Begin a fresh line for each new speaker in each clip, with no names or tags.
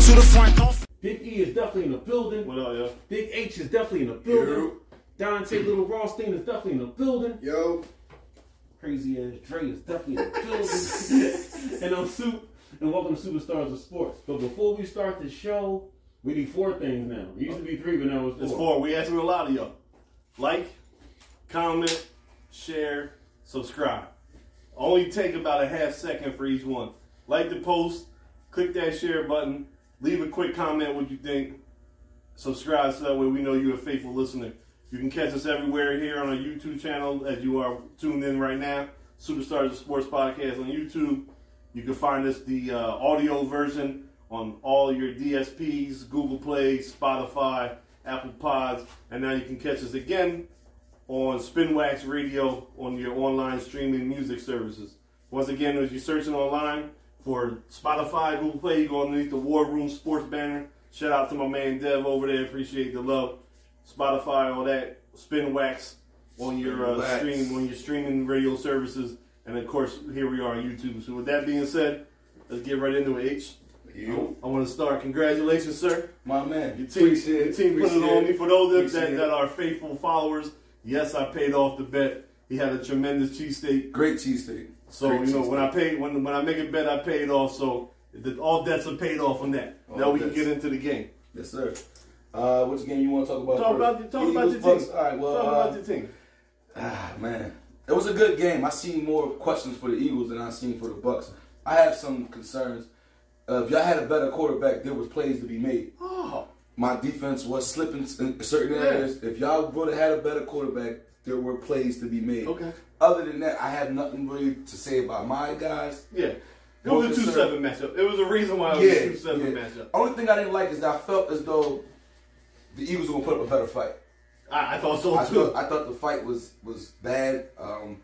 through the front door.
Big E is definitely in the building.
What up, yo?
Big H is definitely in the building. Dante Little Rothstein is definitely in the building.
Yo,
Crazy ass Dre is definitely in the building. and I'm Soup, and welcome to Superstars of Sports. But before we start the show, we need four things now. It used to be three, but now it's four.
It's four. We asking a lot of y'all. Like, comment, share, subscribe. Only take about a half second for each one. Like the post, click that share button, leave a quick comment what you think. Subscribe so that way we know you're a faithful listener. You can catch us everywhere here on our YouTube channel as you are tuned in right now. Superstars of Sports Podcast on YouTube. You can find us the uh, audio version on all your DSPs, Google Play, Spotify, Apple Pods, and now you can catch us again on Spinwax Radio on your online streaming music services. Once again, as you're searching online for Spotify, Google Play, you go underneath the War Room Sports banner. Shout out to my man Dev over there. Appreciate the love. Spotify, all that. Spinwax on your uh,
Spinwax.
stream on your streaming radio services, and of course, here we are on YouTube. So with that being said, let's get right into it. H.
you,
I want to start. Congratulations, sir.
my man.
Your team,
Appreciate
your
it.
team put it
Appreciate
on me. For those that,
Appreciate
that,
it.
that are faithful followers, yes, I paid off the bet. He had a tremendous cheesesteak.
Great cheesesteak.
So,
Great
you know, when I
cheesesteak.
pay, when, when I make a bet, I pay it off. So, the, all debts are paid off on that.
All
now we
debts.
can get into the game.
Yes, sir. Uh, which game you want to talk about?
Talk
first?
about, the, talk about your
Eagles,
team.
Bucks. All right, well,
talk
uh,
about your team.
Ah, man, it was a good game. I seen more questions for the Eagles than I seen for the Bucks. I have some concerns. Uh, if y'all had a better quarterback, there was plays to be made.
Oh,
My defense was slipping in certain areas. If y'all would have had a better quarterback, there were plays to be made.
Okay.
Other than that, I have nothing really to say about my guys.
yeah. It
Well,
was a 2
sir.
7 matchup. It was a reason why it was a 2 7 matchup.
Only thing I didn't like is that I felt as though the Eagles were gonna put up a better fight.
I, I thought so
I
Oh, too.
thought, I thought the fight was was bad. Um,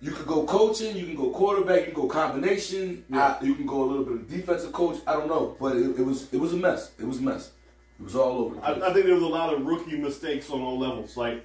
you could go coaching, you can go quarterback, you can go combination, I, you can go a little bit of defensive coach. I don't know, but it, it was it was a mess. It was a mess. It was all over. The
I,
place.
I think there was a lot of rookie mistakes on all levels. Like,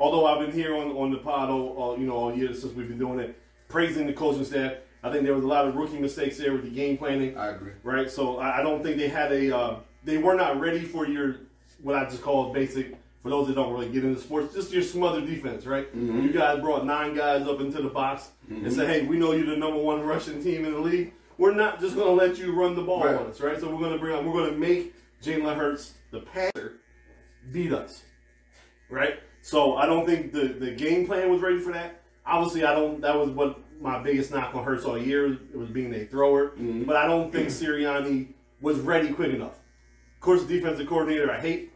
although I've been here on, on the pod, all, uh, you know, all year since we've been doing it, praising the coaching staff, I think there was a lot of rookie mistakes there with the game planning,
I agree.
right? So I, I don't think they had a, uh, they were not ready for your, what I just call basic, for those that don't really get into sports, just your smothered defense, right? You guys brought nine guys up into the box and said, hey, we know you're the number one rushing team in the league. We're not just going to let you run the ball
Right.
on us, right? So we're going to bring up, we're going to make Jalen Hurts the passer beat us, right? So I don't think the, the game plan was ready for that. Obviously, I don't. That was what my biggest knock on Hurts all year it was being a thrower. But I don't think Sirianni was ready quick enough. Of course, defensive coordinator I hate.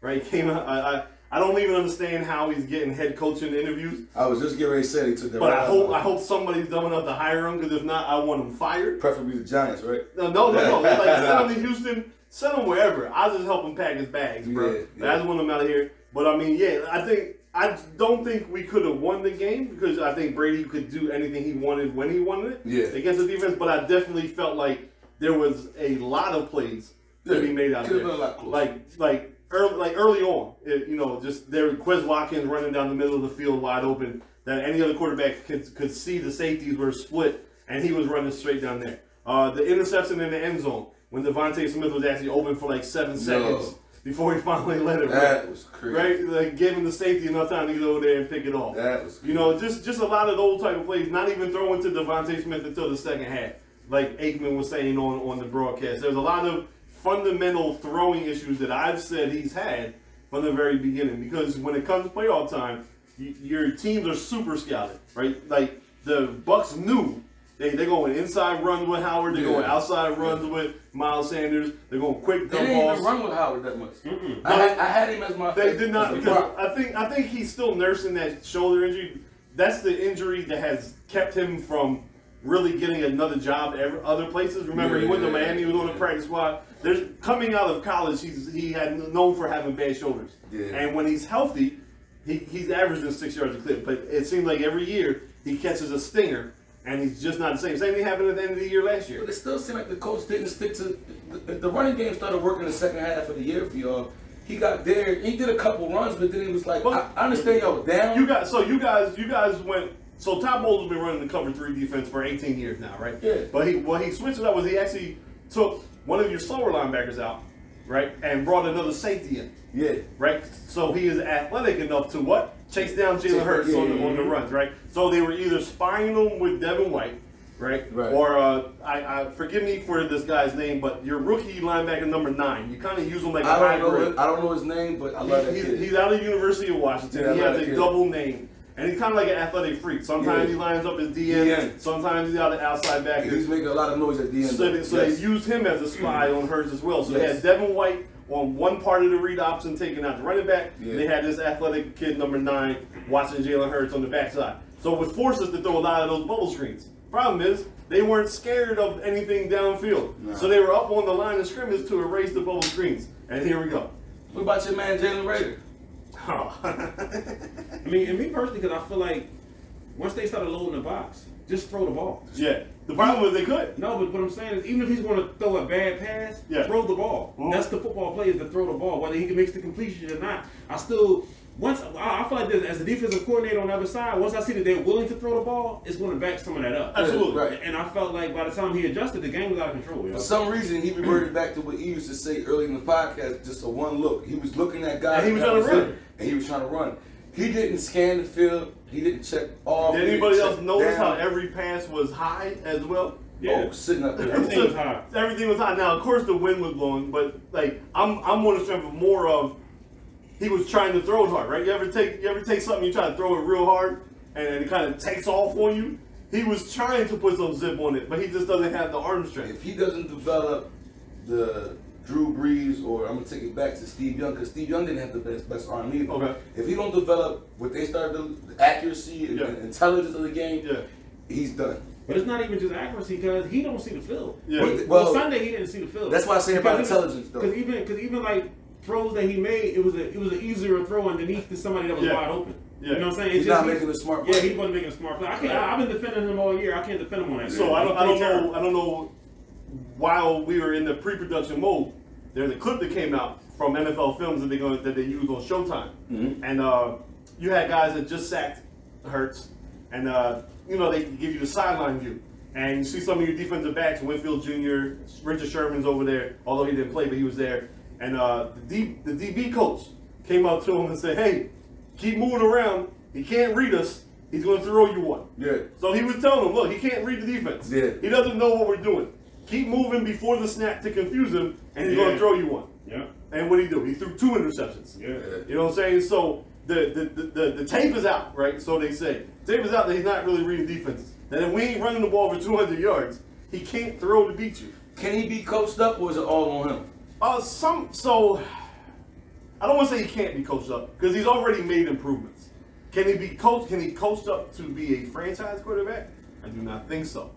Right, He came out. I, I I don't even understand how he's getting head coaching interviews.
I was just getting ready to say they took their.
But I
eye
hope
out.
I hope somebody's dumb enough to hire him because if not, I want him fired.
preferably the Giants, right?
No, no, no, no. Like, send him to Houston, send him wherever. I just help him pack his bags, bro.
Yeah,
Like, I just want him out of here. But I mean, yeah, I think I don't think we could have won the game because I think Brady could do anything he wanted when he wanted it
Yeah.
against the defense. But I definitely felt like there was a lot of plays to
Yeah,
be made out
could've
there,
been a lot closer.
like like. Early, like early on, it, you know, just there, Quez Watkins running down the middle of the field wide open that any other quarterback could, could see the safeties were split and he was running straight down there. Uh, the interception in the end zone when Devontae Smith was actually open for like seven seconds before he finally let it
That was crazy.
right? Like gave him the safety enough time to get over there and pick it off.
That was
You know, just just a lot of those type of plays. Not even throwing to Devontae Smith until the second half, like Aikman was saying on on the broadcast. There's a lot of fundamental throwing issues that I've said he's had from the very beginning. Because when it comes to playoff time, y- your teams are super scouted, right? Like the Bucks knew. They, they're going inside runs with Howard. They're going
Yeah.
outside runs with Miles Sanders. They're going quick
They
dump
didn't
balls.
even run with Howard that much.
Mm-mm.
I, had, I had him as my.
They did not
as a
because
prop.
I think I think he's still nursing that shoulder injury. That's the injury that has kept him from really getting another job ever, other places. Remember, he went to
Yeah.
Miami. He was on the practice squad. There's coming out of college. He's he had known for having bad shoulders.
Yeah.
And when he's healthy, he, he's averaging six yards a clip. But it seems like every year he catches a stinger, and he's just not the same. Same thing happened at the end of the year last year.
But it still seemed like the coach didn't stick to the, the running game. Started working the second half of the year for y'all. He got there. He did a couple runs, but then he was like,
Well,
I, I understand y'all was down.
You guys, so you guys, you guys went. So Todd Bowles has been running the cover three defense for 18 years now, right?
Yeah.
But he, what he switched it up was he actually took one of your slower linebackers out, right, and brought another safety in,
Yeah.
right? So he is athletic enough to what? Chase down Jalen Hurts on, the, on the runs, right? So they were either spying him with Devin White, right?
Right.
Or uh, I, I forgive me for this guy's name, but your rookie linebacker number nine, you kind of use him like a
I don't know.
hybrid.
His, I don't know his name, but I love that
He's,
kid.
he's out of the University of Washington.
Yeah, I
he
love
has
that
a
kid.
double name. And he's kind of like an athletic freak. Sometimes
Yeah.
he lines up as DN.
DN.
Sometimes he's out of outside back.
He's making a lot of noise at the end.
So, they, so
Yes. Mm-hmm.
they used him as a spy on hers as well. So they
Yes.
had Devin White on one part of the read option taking out the running back.
Yeah.
They had this athletic kid number nine watching Jalen Hurts on the backside. So it would force us to throw a lot of those bubble screens. Problem is, they weren't scared of anything downfield.
Nah.
So they were up on the line of scrimmage to erase the bubble screens. And here we go.
what about your man Jalen Rader?
I mean, and me personally, because I feel like once they started loading the box, just throw the ball.
yeah. The problem was they could.
No, but what I'm saying is, even if he's going to throw a bad pass,
Yeah.
throw the ball.
Mhm.
That's the football play is to throw the ball, whether he makes the completion or not. I still, once I, I feel like this, as a defensive coordinator on the other side, once I see that they're willing to throw the ball, it's going to back some of that up.
Absolutely.
Right.
And I felt like by the time he adjusted, the game was out of control. Yo.
For some reason, he reverted back to what he used to say early in the podcast, just a one look. He was looking at guys.
And he was
that
trying to
was
run.
it, And he was trying to run. He didn't scan the field. He didn't check off.
Did
he
anybody
didn't
else
check
notice how
down.
every pass was high as well?
Yeah.
Oh, sitting up there.
Everything was high.
Everything was high. Now, of course, the wind was blowing, but like I'm, I'm on the strength of more of he was trying to throw it hard, right? You ever take, you ever take something, you try to throw it real hard, and it kind of takes off on you. He was trying to put some zip on it, but he just doesn't have the arm strength.
If he doesn't develop the Drew Brees, or I'm gonna take it back to Steve Young, because Steve Young didn't have the best best arm either.
Okay.
If he don't develop what they started to, the accuracy and,
Yeah.
and intelligence of the game,
Yeah.
he's done.
But it's not even just accuracy because he don't see the field.
Yeah.
Well,
Well,
Sunday he didn't see the field.
that's why I say about intelligence, though.
Because even because even like throws that he made, it was a it was an easier throw underneath to somebody that was
Yeah.
wide open.
Yeah.
You know what I'm saying? It's
He's not making a smart
Yeah,
play.
he wasn't making a smart play. I can't. I, I've been defending him all year. I can't defend him on that.
So I don't, I don't know, I don't know. While we were in the pre-production mode, there's a clip that came out from NFL Films that they going that they use on Showtime, and uh, you had guys that just sacked Hurts, and uh, you know they give you the sideline view, and you see some of your defensive backs, Winfield Jr., Richard Sherman's over there, although he didn't play, but he was there, and uh, the, D, the DB coach came up to him and said, "Hey, keep moving around. He can't read us. He's going to throw you one."
Yeah.
So he was telling him, look, he can't read the defense.
Yeah.
He doesn't know what we're doing. Keep moving before the snap to confuse him, and he's going
Yeah.
to throw you one.
Yeah.
And what did he do? He threw two interceptions.
Yeah.
You know what I'm saying? So the the, the, the the tape is out, right? So they say tape is out that he's not really reading defenses. That if we ain't running the ball for 200 yards, he can't throw to beat you.
Can he be coached up, or is it all on him?
Uh, some so I don't want to say he can't be coached up because he's already made improvements. Can he be coached? Can he coached up to be a franchise quarterback? I do not think so.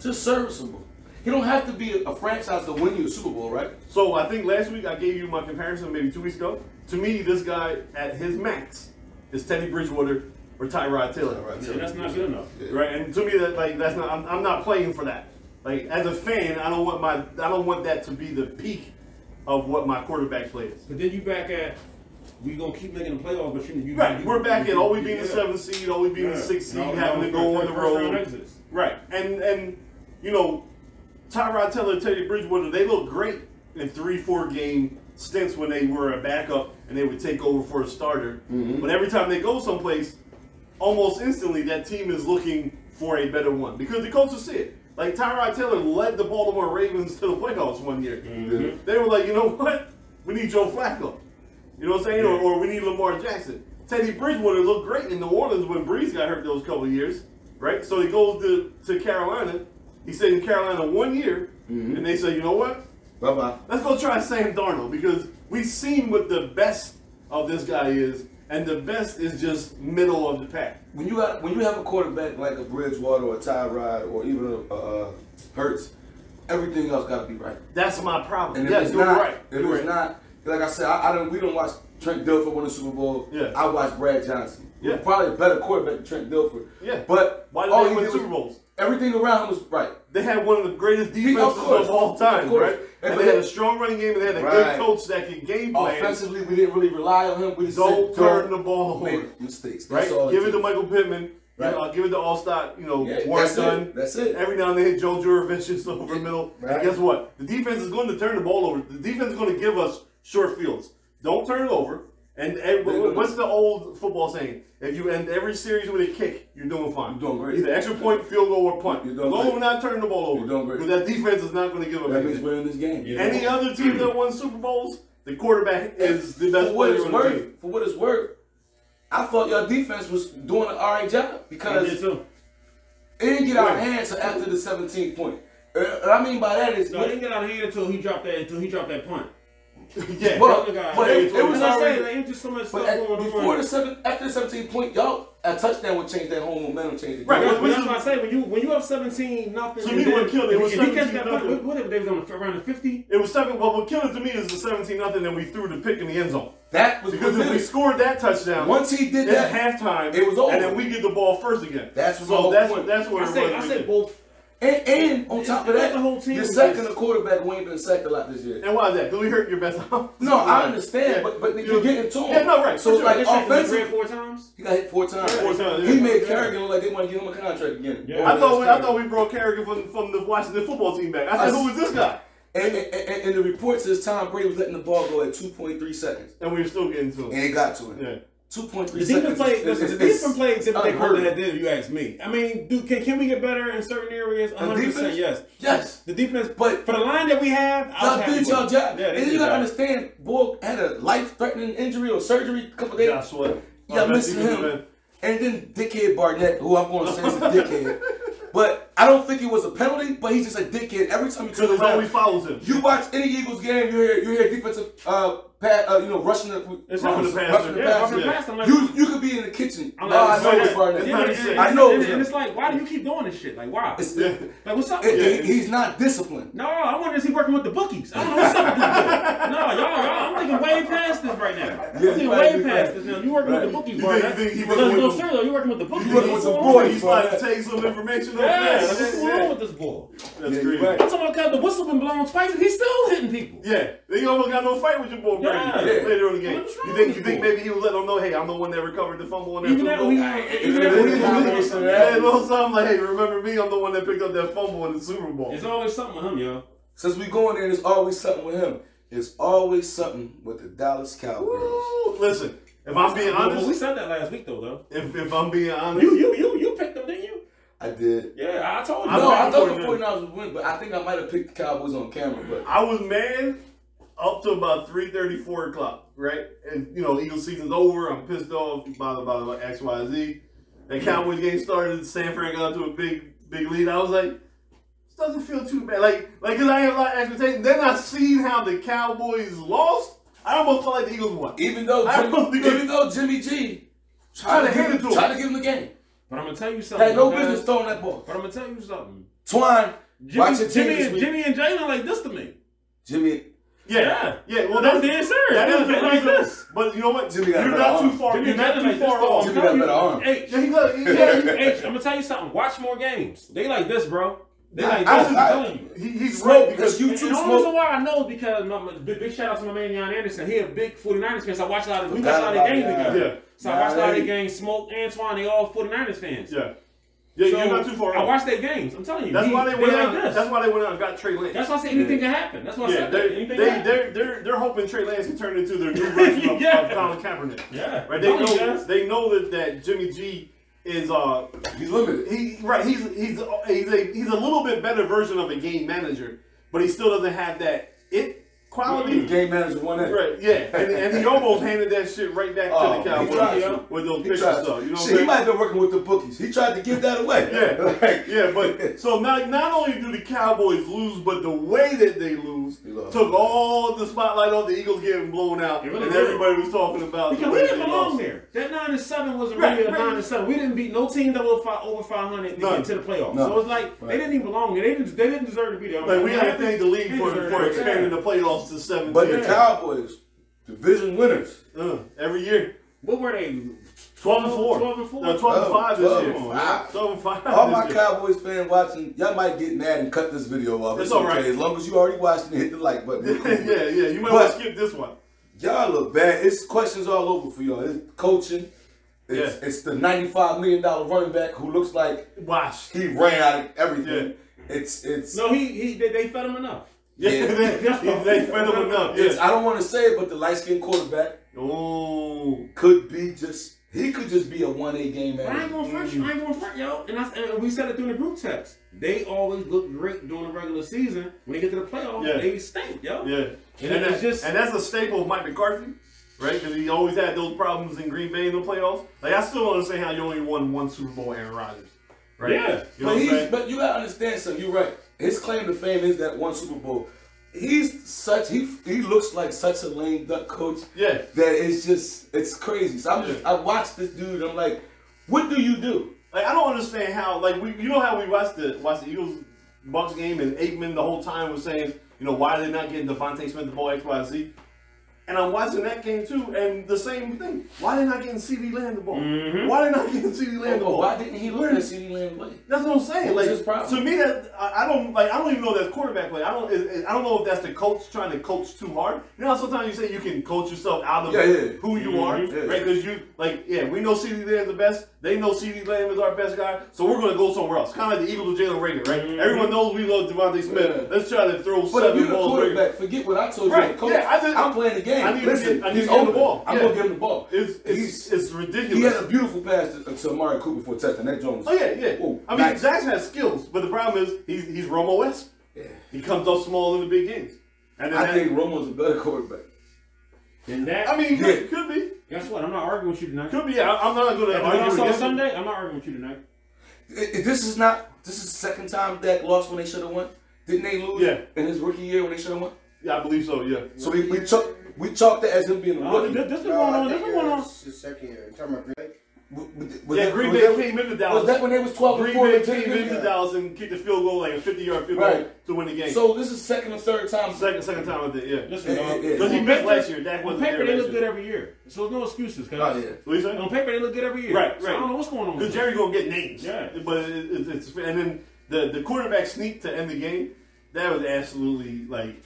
Just serviceable. He don't have to be a franchise to win you a Super Bowl, right?
So I think last week I gave you my comparison, maybe two weeks ago. To me, this guy at his max is Teddy Bridgewater or Tyrod Taylor,
Tyrod
Yeah, that's not good enough.
right? And to me, that like that's not. I'm, I'm not playing for that. Like as a fan, I don't want my I don't want that to be the peak of what my quarterback play is.
But then you back at we gonna keep making the playoffs, but you, you
Right,
you-
we're back
you-
at always being
yeah.
the seventh seed, always being the
Yeah.
sixth seed,
No, no,
having
first-
to go on the
first round
road.
exits.
Right, and and you know, Tyrod Taylor, Teddy Bridgewater, they look great in three, four game stints when they were a backup and they would take over for a starter. But every time they go someplace, almost instantly that team is looking for a better one because the coaches see it. Like Tyrod Taylor led the Baltimore Ravens to the playoffs one year. They were like, you know what? We need Joe Flacco. You know what I'm saying? Or, or we need Lamar Jackson. Teddy Bridgewater looked great in New Orleans when Breeze got hurt those couple of years, right? So he goes to, to Carolina. He stayed in Carolina one year,
Mm-hmm.
and they say, you know what?
Bye bye.
Let's go try Sam Darnold because we've seen what the best of this guy is, and the best is just middle of the pack.
When you got when you have a quarterback like a Bridgewater or a Tyrod or even a uh, Hurts, everything else got to be right.
That's my problem.
And if
yes,
it's
you're
not,
right.
if
You're
it's
right.
not, like I said, I, I don't. We don't watch Trent Dilfer win the Super Bowl.
Yeah.
I watch Brad Johnson. who's
Yeah.
probably a better quarterback than Trent Dilfer.
Yeah.
but
Why did
all
they
he
win
did
Super
was-
Bowls?
Everything around him was right.
They had one of the greatest defenses
of
of,
course.
all time,
Of course.
right?
And
And,
but
they had
then-
a strong running game, and they had a good
Right.
coach that could game plan.
Offensively, we didn't really rely on him. We just
Don't
said,
turn the ball
make
over.
mistakes. That's
Right?
all
Give it to
takes.
Michael Pittman. You know, I'll give it to All Stock, you know,
Yeah,
Warren
that's
Dunn.
it. That's it.
Every now and then, Joe Juravich is over the middle.
Right.
And guess what? The defense is going to turn the ball over. The defense is going to give us short fields. Don't turn it over. And, and wh- wh- what's the old football saying? If you end every series with a kick, you're doing fine.
You're doing great.
Either extra point, field goal, or punt.
You're
As
doing
long as
great.
we're not turning the ball over.
You're doing great.
Because that defense is not going to give up
That means
anything.
we're in this game.
Yeah.
Any other team that won Super Bowls, the quarterback is the best
for what
player
it's
on the team.
worth, for what it's worth, I thought your defense was doing an alright job because
did too.
It didn't get out of
Right.
hand until after the 17th point. Uh, What I mean by that is,
No, it didn't get out of hand until he dropped that until he dropped that punt.
yeah.
Well,
Other guy-
but it- it
That's
was
what I'm
already-
saying, like, it was just so much
but
stuff
at-
going on.
before the seven, after the 17th point, y'all a touchdown would change that whole momentum, change the game.
Right.
That's, that's what I say. When you when you up seventeen nothing,
To
and
me,
then-
what killed it
if-
was
if he catch that
17
punt,
nothing.
what- What if they was on the, around the fifty?
It was seven. Well, what killed it to me is the 17 nothing that we threw the pick in the end zone.
That was
Because
what
if
did
we
it.
scored that touchdown,
Once he did
it's
that,
halftime,
it was over.
and then we get the ball first again.
That's my
so
whole
that's
point.
that's where
I
it
said
was.
I said both.
and, and on top of
That's
that,
the whole team
you're
was
second
just-
to quarterback who ain't been sacked a lot this year.
and why is that? Because we hurt your best offensive
No, I
line.
understand,
Yeah.
but but you're
You-
getting to him.
Yeah, no, right.
So it's
For
like
They sacked him like three or
offensive,
four times.
he got hit four times.
Four times,
He
yeah.
made Kerrigan look like they want to give him a contract again.
Yeah.
Over
I thought
his
we, I
career.
thought we brought Kerrigan from, from the Washington football team back. I said,
I-
who is this guy?
And, and, and, and the report says Tom Brady was letting the ball go at 2.3 seconds.
And we were still getting to him.
And it got to him.
Yeah.
2.3
The
seconds.
defense played.
is-
listen, The
is-
defense
is
played typically
unheard
better
of.
than that did. If you ask me, I mean, do, can can we get better in certain areas? One hundred percent,
defense?
yes.
Yes.
The defense,
But-
for the line that we have, I was
Y'all
happy
did
with
y'all
it.
job.
Yeah, they
and
did
you
their
gotta
job.
understand, Bull had a life-threatening injury or surgery a couple days.
Josh Sweat.
Y'all
Our best
missing
defensive
him.
end.
And then dickhead Barnett, who I'm gonna say is a dickhead. But I don't think it was a penalty, but he's just a dickhead. Every time you turn
Because it
around,
always follows him.
you watch any Eagles game, you hear you hear defensive uh, pat, uh you know rushing the
It's rushing
rushing
the passer.
rushing the
Yeah,
passer.
rushing the passer. I'm like-
You you could be in the kitchen.
I'm
no, Oh, I
like,
know
so
it's
that-
Barnett.
yeah,
not
yeah,
safe.
yeah,
I know
and,
it's
and
not.
it's like, why do you keep doing this shit? Like, why?
It's-
Like, what's up?
It-
with
it-
that?
he's not disciplined.
No, I wonder is he working with the bookies? I don't know what's up with these people. No, y'all, y'all, I'm thinking way past this right now. I'm
Yeah,
thinking
right,
way
right.
past this now. You working
Right.
with the bookies,
You
bro?
think-
That's-
you think he
No,
working with
no,
the-
sir, though, you working with the bookies.
You working
What's
with the
going on?
boys.
He's trying to take some information over
Yes,
there.
what's going on with this boy?
That's
Yeah,
crazy.
you're right.
I'm talking about 'cause the whistle been blown twice and he's still hitting people.
Yeah, they almost got no fight with your boy Brady
Yeah.
later on in the game.
What's wrong
You think
with
you
the
think
boy?
maybe he was let them know, hey, I'm the one that recovered the fumble on that
Even
field
that,
goal.
even
Yeah,
that, even
yeah.
that.
yeah, a little something like, hey, remember me? I'm the one that picked up that fumble in the Super Bowl.
It's always something with him, yo.
Since we going there, there's always something with him. There's always something with the Dallas Cowboys.
Woo! Listen, if I'm being
Well, we
honest,
said that last week though, though.
if, if I'm being honest,
You, you, you, you picked them, didn't you?
I did.
Yeah, I told you.
I'm
no, I
picking
thought the
49ers.
49ers would win, but I think I might have picked the Cowboys on camera. But
I was mad up to about 3.30, 4 o'clock, right? And, you know, Eagles season's over. I'm pissed off, blah, blah, blah, blah, X, Y, Z. That Cowboys game started. San Fran got up to a big, big lead. I was like, this doesn't feel too bad. Like, like, because I had a lot of expectations. Then I seen how the Cowboys lost. I almost felt like the Eagles won.
even though
I don't
Jimmy,
think-
even though Jimmy G
Tried to
give
hand it to him.
tried to give him the game,
But I'm gonna tell you something.
had no
guys.
business throwing that ball.
But I'm gonna tell you something.
Twine, watch
Jimmy,
your team
Jimmy,
this
and,
week.
Jimmy and Jalen like this to me.
Jimmy,
Yeah, yeah. Well,
That's
that's
dead serious.
That is the
Like
reason.
this.
But you know what?
Jimmy got
You're
a better
not too
arm.
far.
Jimmy
you're not
Jalen
too
like this
far
though.
off.
I'm
Jimmy got
telling
a better
you,
arm.
H,
Yeah, he got- he got- he-
H, I'm gonna tell you something. Watch more games. They like this, bro. They like
I-
this. I'm
I-
telling you.
he- he's
smoke
right
because
because
you
And
two
the only reason
smoke.
why I know is because my, my- big, big shout out to my man Jan Anderson. He a big 49ers fan, so I watch a lot of we watch a lot of
Forgot
games
about
together.
Jan. Yeah.
So I watch a lot of
Nah,
their games. Smoke, Antoine, they all 49ers fans.
Yeah, yeah.
So
you're not too far
I
off.
watch their games. I'm telling you.
That's
he-
why they went
like
out.
this.
That's why they went out and got Trey Lance.
That's why I say anything can happen. That's why I
yeah,
said
they,
that.
they,
Anything
they,
can happen.
they're, they're, they're hoping Trey Lance can turn into their new version of,
Yeah.
of Colin Kaepernick.
Yeah.
Right? They
Tell me,
know,
guys.
they know that, that Jimmy G is uh
He's limited.
he right he's he's a- he's a he's a little bit better version of a game manager, but he still doesn't have that it quality.
Game manager one end.
Right, yeah, and, and he almost handed that shit right back to
Oh,
the
he
Cowboys
tried
yo,
to.
with those
He
pictures
tried.
though. You know what I'm
Shit, he
saying?
might have been working with the bookies. He tried to give that away.
Yeah,
Like-
yeah, but so not not only do the Cowboys lose, but the way that they lose
They lost.
took all the spotlight off the Eagles getting blown out,
It really
and
did.
everybody was talking about the
Because we
way
didn't
they
belong
lost.
there. That nine and seven wasn't
Right,
really a
right.
nine and seven. We didn't beat no team that was fi- over five hundred to
None.
get to the playoffs.
None.
So it's like
Right.
they didn't even belong there. They didn't. They didn't deserve to be there. I'm
Like we
happy-
gotta thank the league
they
for
deserve
for
it.
expanding
Yeah.
the playoffs to seventeen.
But the
Yeah.
Cowboys, division winners.
uh, every year,
What were they?
twelve and four,
Twelve and four.
no, twelve and five this
12
year,
Oh, and five.
twelve and five.
All
this
my
year.
Cowboys fan watching, y'all might get mad and cut this video off.
It's alright.
okay. As long as you already watched it, hit the like button. We're cool.
yeah, yeah, you might
But-
want to skip this one.
Y'all look bad. It's questions all over for y'all. It's coaching. It's, it's the ninety-five million dollar running back who looks like
Wash.
he ran out of everything. It's it's.
No, he, he they, they fed him enough.
Yeah,
Yeah.
they, they fed him enough.
It's,
Yeah.
I don't want to say it, but the light skinned quarterback
Ooh.
could be just he could just be a one A game
I ain't
man.
gonna front you. I ain't gonna front yo. And, I, and we said it during the group text. They always look great during the regular season. When they get to the playoffs,
Yeah.
they stink, yo.
Yeah. And,
it's
that's
just-
just and that's a staple of Mike McCarthy, right? Because he always had those problems in Green Bay in the playoffs. Like I still don't understand how you only won one Super Bowl, Aaron Rodgers. Right?
Yeah.
You know
but
what I'm
he's
saying?
but you gotta understand something. You're right. His claim to fame is that one Super Bowl. He's such he he looks like such a lame duck coach.
Yeah.
That it's just it's crazy. So I'm just I watched this dude. I'm like, what do you do?
Like I don't understand how like we you know how we watched the watched the Eagles Bucks game and Aikman the whole time was saying, you know, why are they not getting Devontae Smith the ball X, Y, and Z? And I'm watching that game too, and the same thing. Why they not getting C D Lamb the ball?
Mhm.
Why they not getting C D Lamb the ball?
Mm-hmm. Oh, Why didn't he learn the CD Lamb way?
That's what I'm saying.
What's
Like
his problem?
to me, that I, I don't like. I don't even know if that's quarterback play. I don't. It, it- I don't know if that's the coach trying to coach too hard. You know, how sometimes you say you can coach yourself out of
Yeah, yeah.
who you are,
Mhm,
yeah.
right? Because you like, yeah, we know CD Lamb's the best. They know CD Lamb is our best guy, so we're gonna go somewhere else. Kind of like the Eagles with Jalen Rager, right?
Mhm.
Everyone knows we love Devontae Smith.
Yeah.
Let's try to throw
But if
seven
you're the
balls. Rager.
quarterback, forget what I told you.
Right,
Coach,
yeah, I just-
I'm playing the game.
I need to
Listen,
get- I need
he's
to get him the
open.
ball.
I'm
Yeah.
gonna give him the ball.
It's
He's-
it's, it's
He
ridiculous.
had a beautiful pass to, to Amari Cooper for a touchdown. That Jones.
oh yeah, yeah.
Ooh,
I mean,
nice.
Jackson has skills, but the problem is he's he's Romo esque.
Yeah.
He comes up small in the big games, and then
I
that-
think Romo's a better quarterback.
And that
I mean,
Yeah.
could, could be,
guess what? I'm not arguing with you tonight.
could be. Yeah, I, I'm not going to
After what I
argue
saw
against it.
Sunday, I'm not arguing with you tonight.
I- I- This is not. This is the second time Dak lost when they should have won. Didn't they lose?
Yeah.
In his rookie year when they should have won.
Yeah, I believe so. Yeah,
So we we chalk we chalked it as him being a
Oh,
rookie.
this, this been
No,
going
I
on. This
think
been going
it
on.
was his second year. You talking about Green Bay?
W- w- was
yeah.
that-
Green
was
Bay
that-
came into Dallas.
Was that when they was twelve and
Green
four?
Bay
they
came
didn't
into
win?
Dallas and kicked the field goal like a 50 yard field goal
Right.
to win the game.
So this is second or third time.
second, second time I did. Yeah,
Listen,
Yeah,
dog.
yeah, yeah.
because he
On
missed
paper-
last year. Dak
On
wasn't
paper,
there
they
last
look good
year.
every year. So there's no excuses. Cause
Oh, yeah.
What you say?
On paper, they look good every year.
Right,
So I
right.
don't know what's going on.
Because
with
Jerry gonna get names.
Yeah.
But it, it, it's and then the the quarterback sneak to end the game. That was absolutely like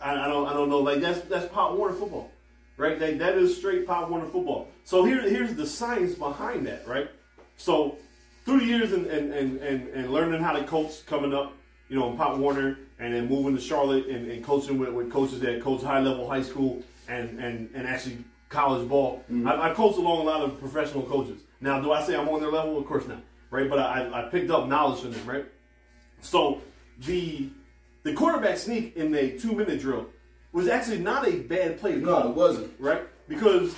I, I don't I don't know like that's that's Pop Warner football, right? That that is straight Pop Warner football. So here here's the science behind that, right? So through the years and and and and, and learning how to coach coming up, you know, in Pop Warner and then moving to Charlotte and, and coaching with, with coaches that coach high level high school and and and actually college ball. I, I coached along a lot of professional coaches. Now, do I say I'm on their level? Of course not, right? But I, I- I picked up knowledge from them, right? So the the quarterback sneak in the two minute drill was actually not a bad play. to
No,
call
it wasn't.
right? Because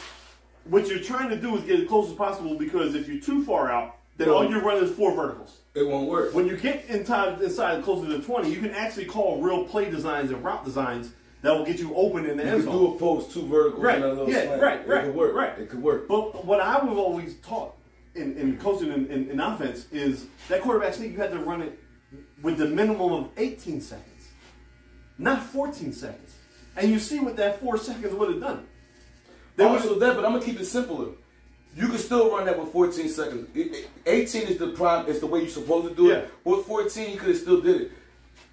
what you're trying to do is get as close as possible. Because if you're too far out, then all you're running is four verticals.
It won't work.
When you get inside inside closer to the twenty, you can actually call real play designs and route designs that will get you open in the
You
end
could
zone.
do a post, two verticals,
Right,
and a little
yeah,
slant.
right, right,
It could work.
right.
It could work.
But what I was always taught in, in coaching in, in, in offense is that quarterback sneak, you had to run it with the minimum of 18 seconds, not 14 seconds. And you see what that four seconds would have done. They
They
would
also that, but I'm gonna keep it simpler. You can still run that with 14 seconds. It- it- 18 is the prime. It's the way you're supposed to do
Yeah.
it. With 14, you could have still did it.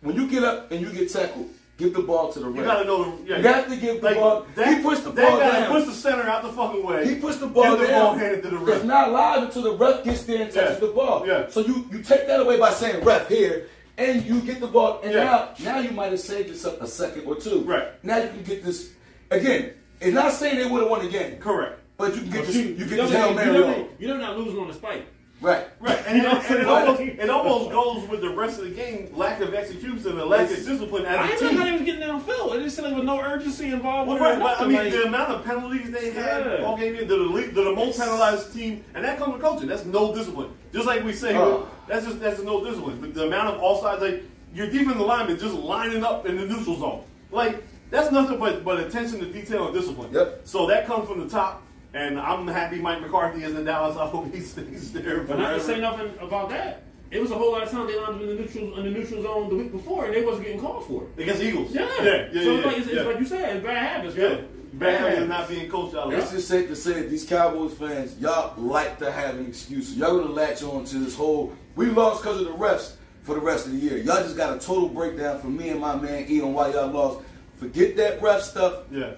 When you get up and you get tackled, give the ball to the
you
rim.
gotta know. Yeah,
You have to give the ball. he pushed the
that
ball
guy
down.
pushed the center out the fucking way.
he pushed the ball
Get the
down.
ball handed to the
It's
ref.
not live until the ref gets there and touches
Yeah.
the ball.
Yeah.
So you you take that away by saying ref here. And you get the ball, and
Yeah.
now now you might have saved yourself a second or two.
Right.
Now you can get this again. It's not saying they would have won the game.
Correct.
But you can get
But
this,
you-
you
you
get
know
this
they-
Hail
you
Mary
know
off.
they- You know they're not losing on the spike.
Right.
Right, and, it, and it,
Right.
almost, it almost goes with the rest of the game lack of execution and the lack of discipline
I
as a
ain't
team.
not even getting downfield. It just seemed like with no urgency involved.
Well,
with
right,
it or
but I
nothing,
mean,
like-
the amount of penalties they had
Yeah.
all game, they're the, lead, they're the most penalized team, and that comes with coaching. That's no discipline. Just like we say,
Oh.
that's just that's no discipline. But the amount of offsides, like your defensive linemen just lining up in the neutral zone, like that's nothing but but attention to detail and discipline.
Yep.
So that comes from the top, and I'm happy Mike McCarthy is in Dallas. I hope he stays there.
But not to
forever.
say nothing about that. It was a whole lot of time they lined up in the neutral in the neutral zone the week before, and they wasn't getting called for it.
against the Eagles.
Yeah,
yeah, yeah.
so
yeah,
it's, like, it's,
yeah.
it's like you said, it's bad habits.
yeah.
bro.
Bad habits of not being coached out.
It's just safe to say that these Cowboys fans, y'all like to have an excuse. Y'all gonna latch on to this whole we lost because of the refs for the rest of the year. Y'all just got a total breakdown from me and my man E on why y'all lost. Forget that ref stuff.
yeah.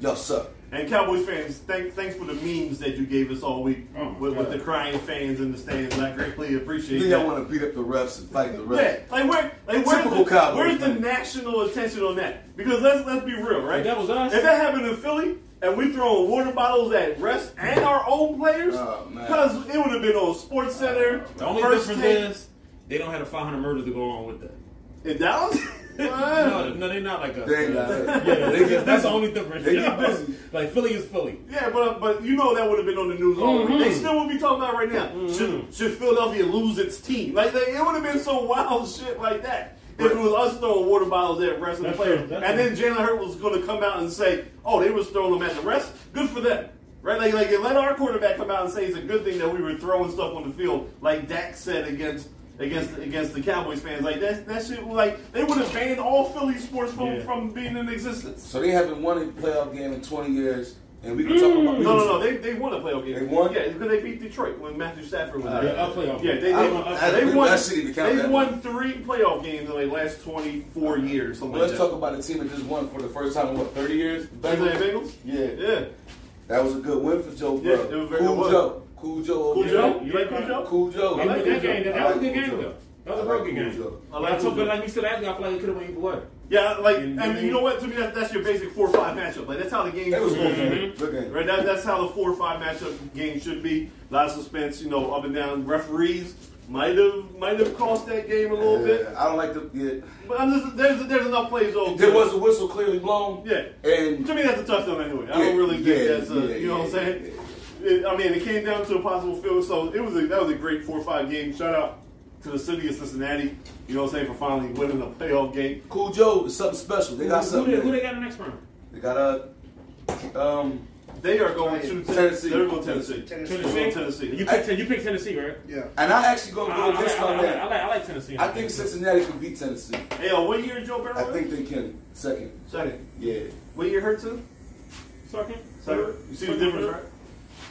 Y'all suck.
And Cowboys fans, thank, thanks for the memes that you gave us all week
Oh, my
with, with
God.
the crying fans in the stands. I greatly appreciate
Then
that.
y'all want to beat up the refs and fight the refs.
Yeah, like where, like where's
Typical
the,
Cowboys,
where's the
man.
national attention on that? Because let's let's be real, right?
If that was us-
If that happened in Philly and we throwing water bottles at refs and our own players,
Oh, man.
because it would have been on Sports Center.
The only
first
difference
take.
is they don't have the 500 murders to go along with that.
in Dallas.
No, no, they're not like us.
They ain't got
Yeah,
it.
that's-
They get
that's the
busy.
only difference.
They get busy.
Like Philly is Philly.
Yeah, but uh, but you know that would have been on the news all week.
Mm-hmm.
They still would be talking about it right now. Should, should Philadelphia lose its team? Like they, it would have been some wild shit like that. If it was us throwing water bottles at wrestling
That's
players,
true, that's
and then Jalen Hurt was going to come out and say, "Oh, they was throwing them at the rest. Good for them." Right, like, like, and let our quarterback come out and say it's a good thing that we were throwing stuff on the field, like Dak said against against against the Cowboys fans. Like that, that shit, like they would have banned all Philly sports from,
Yeah.
from being in existence.
So they haven't won a playoff game in 20 years, and we can talk about.
Mm. No, no, no. They, they won a playoff game.
They won?
Yeah, because they beat Detroit when Matthew Stafford was there.
yeah, I'll play off.
Yeah, they, they,
I
they,
don't- I-
won.
that shouldn't even count
They
that Uh,
won three playoff games in the last twenty four years. Something
Well, let's
like
talk about a team that just won for the first time in what 30 years.
that. Cincinnati Bengals.
Yeah,
Yeah.
that was a good win for Joe.
Yeah,
Burrow.
it was very
cool
good.
Joe. Cool Joe.
Cool
over
Joe.
Yeah.
You like Cool Joe?
there. Cool Joe.
I like that game. That,
I
that was a good
like Cool
game, though.
Joe.
That was
I
a
like
broken
Cool
game.
Joe.
I
Like, I told,
like Cool
but
Joe.
like you said, I feel like it could have went either way.
Yeah, like,
And
and
then-
you know what? To me, that, that's your basic four five matchup. Like that's how the game.
It was a
should be.
good game. Good game.
Right, that, that's how the four or five matchup game should be. A lot of suspense, you know, up and down. Referees might have might have cost that game a little bit,
Yeah, I don't like the. Yeah.
but I'm just, there's there's enough plays over.
There was a whistle clearly blown.
Yeah.
And
To me, that's a touchdown anyway. I
Yeah,
don't really think
yeah,
that's a,
yeah,
you know what I'm
yeah,
saying? It, I mean, it came down to a possible field, so it was a, that was a great four or five game. Shout out to the city of Cincinnati, you know what I'm saying, for finally winning a playoff game.
Cool Joe is something special. They got
Who, who,
something.
they, who
there.
they got in the next round?
They got a. Um,
They are going to
Tennessee.
Tennessee. They're going to Tennessee.
Tennessee.
They're going to Tennessee.
You picked, you picked Tennessee, right?
Yeah.
and I actually
I, Ah,
gonna
I,
go against
I, I,
my
I, I,
man.
like, I like Tennessee.
I think Cincinnati can beat Tennessee.
Hey, yo, what year did Joe Burrow?
I
win?
think they can second.
second.
Yeah.
What year hurt to?
Second,
Second. You see the
Second,
difference,
third?
right?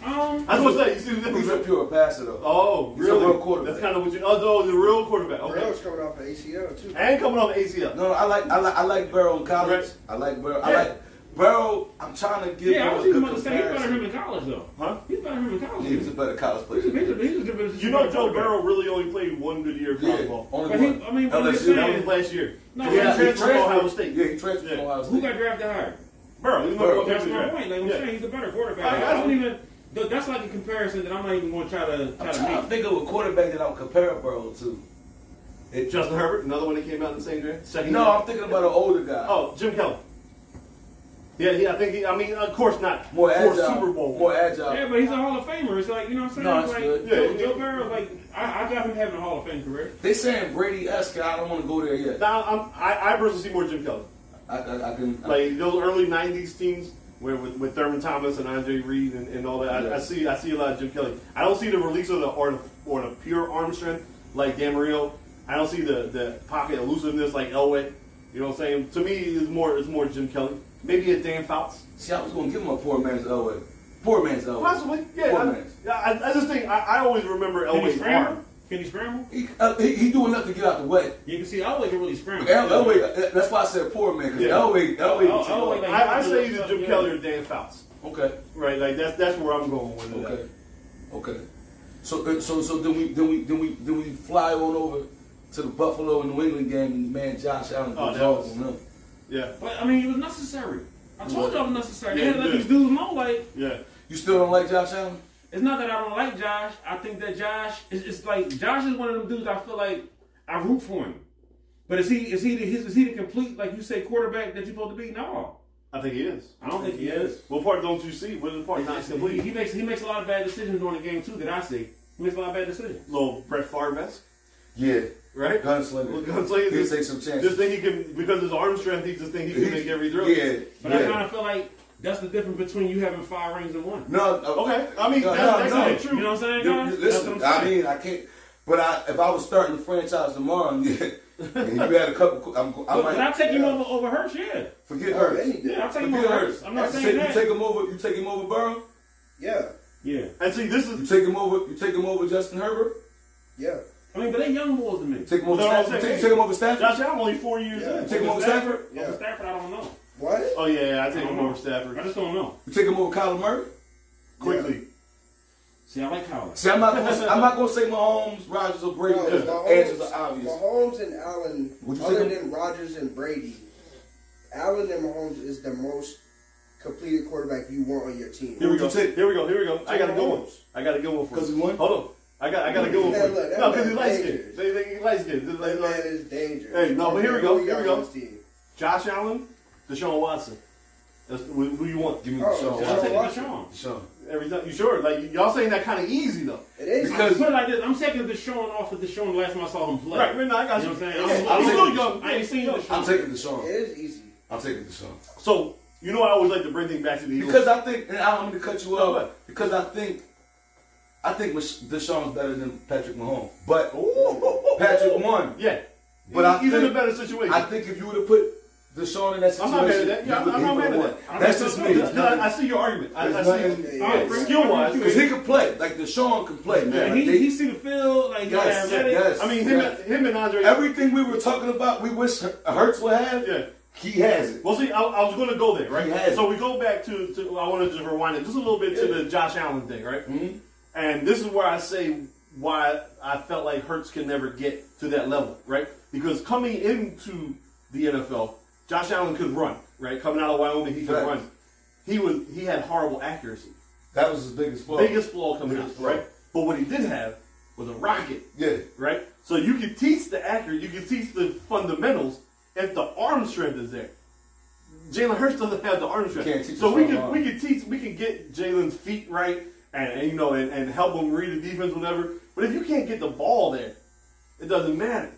Um,
That's what I'm saying. You see the
He's
difference.
a
right?
pure passer though.
Oh,
He's a
really?
real quarterback.
That's kind of what you. Oh, the real quarterback. Okay.
Burrow's coming off of ACL too.
And coming off ACL.
No, no, I like I like I like Burrow in college.
Right.
I like Burrow. I
Yeah.
like Burrow. I'm trying to give
yeah, I
Burrow
was
a
even
good
about to say he's better than
comparison.
him in college, though.
Huh?
He's better than him in college.
He was a better college player.
He's a- he's a different-
You know Joe Burrow really only played one good year of
Yeah,
college ball.
only
But he-
one.
I mean, but I'm just
LSU.
That
saying-
was last year.
No,
he
yeah,
got
he
transferred to Ohio
transferred-
State.
Yeah, he transferred
Yeah.
from Ohio State.
Who got drafted higher?
Burrow, he's
Burrow.
going to
That's my point. Like I'm
yeah.
saying, he's a better quarterback.
I- I
I, don't
don't-
even. th- That's like a comparison that I'm not even going to try to
I'm
try
trying
to
to
make.
think of a quarterback that I would compare Burrow to. It,
Justin Herbert, another one that came out in the same draft. Second
no,
year.
I'm thinking about an older guy.
Oh, Jim Kelly. Yeah, yeah, I think he, I mean, of course not.
more
For
agile.
Super Bowl.
More agile.
Yeah, but he's a Hall of Famer. It's like you know what I'm saying.
No,
it's
it's
like
good.
Joe,
Yeah.
Joe Burrow, like I, I got him having a Hall of Fame career.
They saying Brady esque. I don't want to go there yet.
Now, I'm, I, I personally see more Jim Kelly.
I, I, I can.
Like those early '90s teams, where with, with Thurman Thomas and Andre Reed and, and all that, I, I
Yeah.
see I see a lot of Jim Kelly. I don't see the release of the or the, or the pure arm strength like Dan Marino. I don't see the, the pocket elusiveness like Elway. You know what I'm saying? To me, it's more it's more Jim Kelly. Maybe a Dan Fouts.
see, I was gonna give him a poor man's Elway. Poor man's Elway.
Possibly, yeah.
Poor
I-
man's.
yeah, I, I, just think I, I always remember
Can he
Elway's
scramble?
arm.
Can he scramble?
He, uh, he, he do enough to get out the way.
You can see Elway can really scramble.
El, Elway, uh, that's why I said poor man. Cause
Yeah. Oh,
Elway, Elway,
El- Elway, like-
I, I say either Jim Kelly or Dan Fouts.
okay,
Right, like that's that's where I'm going with it.
okay, okay. So, uh, so, so then we, then we, then we, then we fly on over to the Buffalo and New England game, and man, Josh Allen
Oh,
goes
that
off
was-
on them.
Yeah,
But I mean, it was necessary. I told y'all it was necessary. they
Yeah,
had to let
yeah.
these dudes know. Like
yeah.
You still don't like Josh Allen?
it's not that I don't like Josh. I think that Josh is it's like Josh is one of them dudes. I feel like I root for him. But is he is he the, is he the complete like you say quarterback that you're supposed to be? No,
I think he is.
I don't think he is.
What part don't you see? What is the part not
He,
complete?
he makes he makes a lot of bad decisions during the game too that I see. He makes a lot of bad decisions.
little Brett Favre-esque,
Yeah,
right? Well,
gunslinger.
Gunslinger
He'll
just,
take some chances.
just think he can because his arm strength. He just think he can make every throw.
Yeah,
But I
yeah.
kind of feel like that's the difference between you having five rings and one.
No, uh,
Okay, I mean
No,
that's,
no,
that's
no.
not
You
true.
know what I'm saying,
You-
guys?
you-
That's
listen,
what I'm
I
saying.
mean, I can't. But I, if I was starting the franchise tomorrow, and you and you had a couple, I'm, I
but,
might.
but I take him over over Hurst, yeah.
Forget her.
Any day.
Yeah, I take him
Forget
over
her.
Hurst. I'm not
you
saying
take,
that.
You take him over. You take him over Burrow.
Yeah.
yeah,
And see, this
You
is
take him over. You take him over Justin Herbert.
Yeah.
I mean, but they young boys to me.
You take him over.
No, no, I'm
Stafford. You
saying-
take, you take him over Stafford.
Josh Allen only four years
Yeah.
in.
You take him over Stafford.
Yeah.
Stafford, I don't know.
What?
Oh yeah, I take
don't
him
know.
over
I
Stafford
just don't know.
You take him over Kyler Murray?
quickly.
See, I like Howard.
See, I'm not gonna, I'm not gonna say Mahomes, Rodgers, or Brady.
No,
because the answers are
Mahomes,
obvious.
Mahomes and Allen,
Would you
other
say-
than Rodgers and Brady, Allen and Mahomes is the most completed quarterback you want on your team.
Here we go.
Who'd you take?
Here we go. Here we go. I got a good one.
Mahomes.
I got a good one for you.
'Cause he won?
Hold on. I got I got a good one
That
for you.
look, that
No, because he
man
light
dangerous.
skinned. They think he light skinned. Just like-
That man
like-
is dangerous.
Hey, no, but here we go,
Who you
here we
got on
go.
this team?
Josh Allen, Deshaun Watson. That's who, who you want.
Give me
Oh,
Deshaun
Deshaun
I'm
Watson.
taking
Watson.
Deshaun.
Deshaun.
Every time you sure? Like y- y'all saying that kind of easy though.
It is
Because-
Put it like this: I'm taking Deshaun off of Deshaun last time I saw him play.
Right, right now I got
You
you.
know what I'm saying?
Okay,
I'm-
I'm
he's
taking-
still young.
I ain't seen
Yo,
Deshaun.
I'm taking
it
Deshaun.
is easy.
I'm taking Deshaun.
So you know I always like to bring things back to the Eagles.
Because I think, and I'm going to cut you
No,
off.
what?
Because I think, I think Mich- Deshaun's better than Patrick Mahomes. But
Ooh.
Patrick won.
yeah,
But I
he's in a
think-
better situation.
I think if you would have put Deshaun in that
I'm
situation,
not mad at that. Yeah, I'm-
he would-
I'm
he
not
would
mad
have
at
won.
that. I'm
That's
not-
just
no,
me.
no, no, I see your argument. I, I
There's
see
nothing-
Yeah,
bring-
skill wise.
bring-
Because he could play. Like Deshaun can play, man.
And
Like,
he,
they-
he see the field, like he's
Yes,
athletic.
yes.
I mean, him,
Yeah.
him and Andre.
everything we were talking about, we wish Hurts would have.
Yeah.
He has it.
Well, see, I, I was going to go there, right?
He has
So we go back to, to I wanted to rewind it just a little bit to the Josh Allen thing, right?
Mhm.
And this is where I say why I felt like Hurts can never get to that level, right? Because coming into the NFL, Josh Allen could run, right? Coming out of Wyoming, he could
Facts.
run. He was he had horrible accuracy,
That was his biggest flaw.
biggest flaw coming
biggest
out,
flaw.
right? But what he did have was a rocket,
Yeah.
right? So you can teach the accuracy, you can teach the fundamentals if the arm strength is there. Jalen Hurts doesn't have the arm strength,
Can't teach
so
the
we
strong
can
arm.
we can teach we can get Jalen's feet right and, and you know and, and help him read the defense whatever. But if you can't get the ball there, it doesn't matter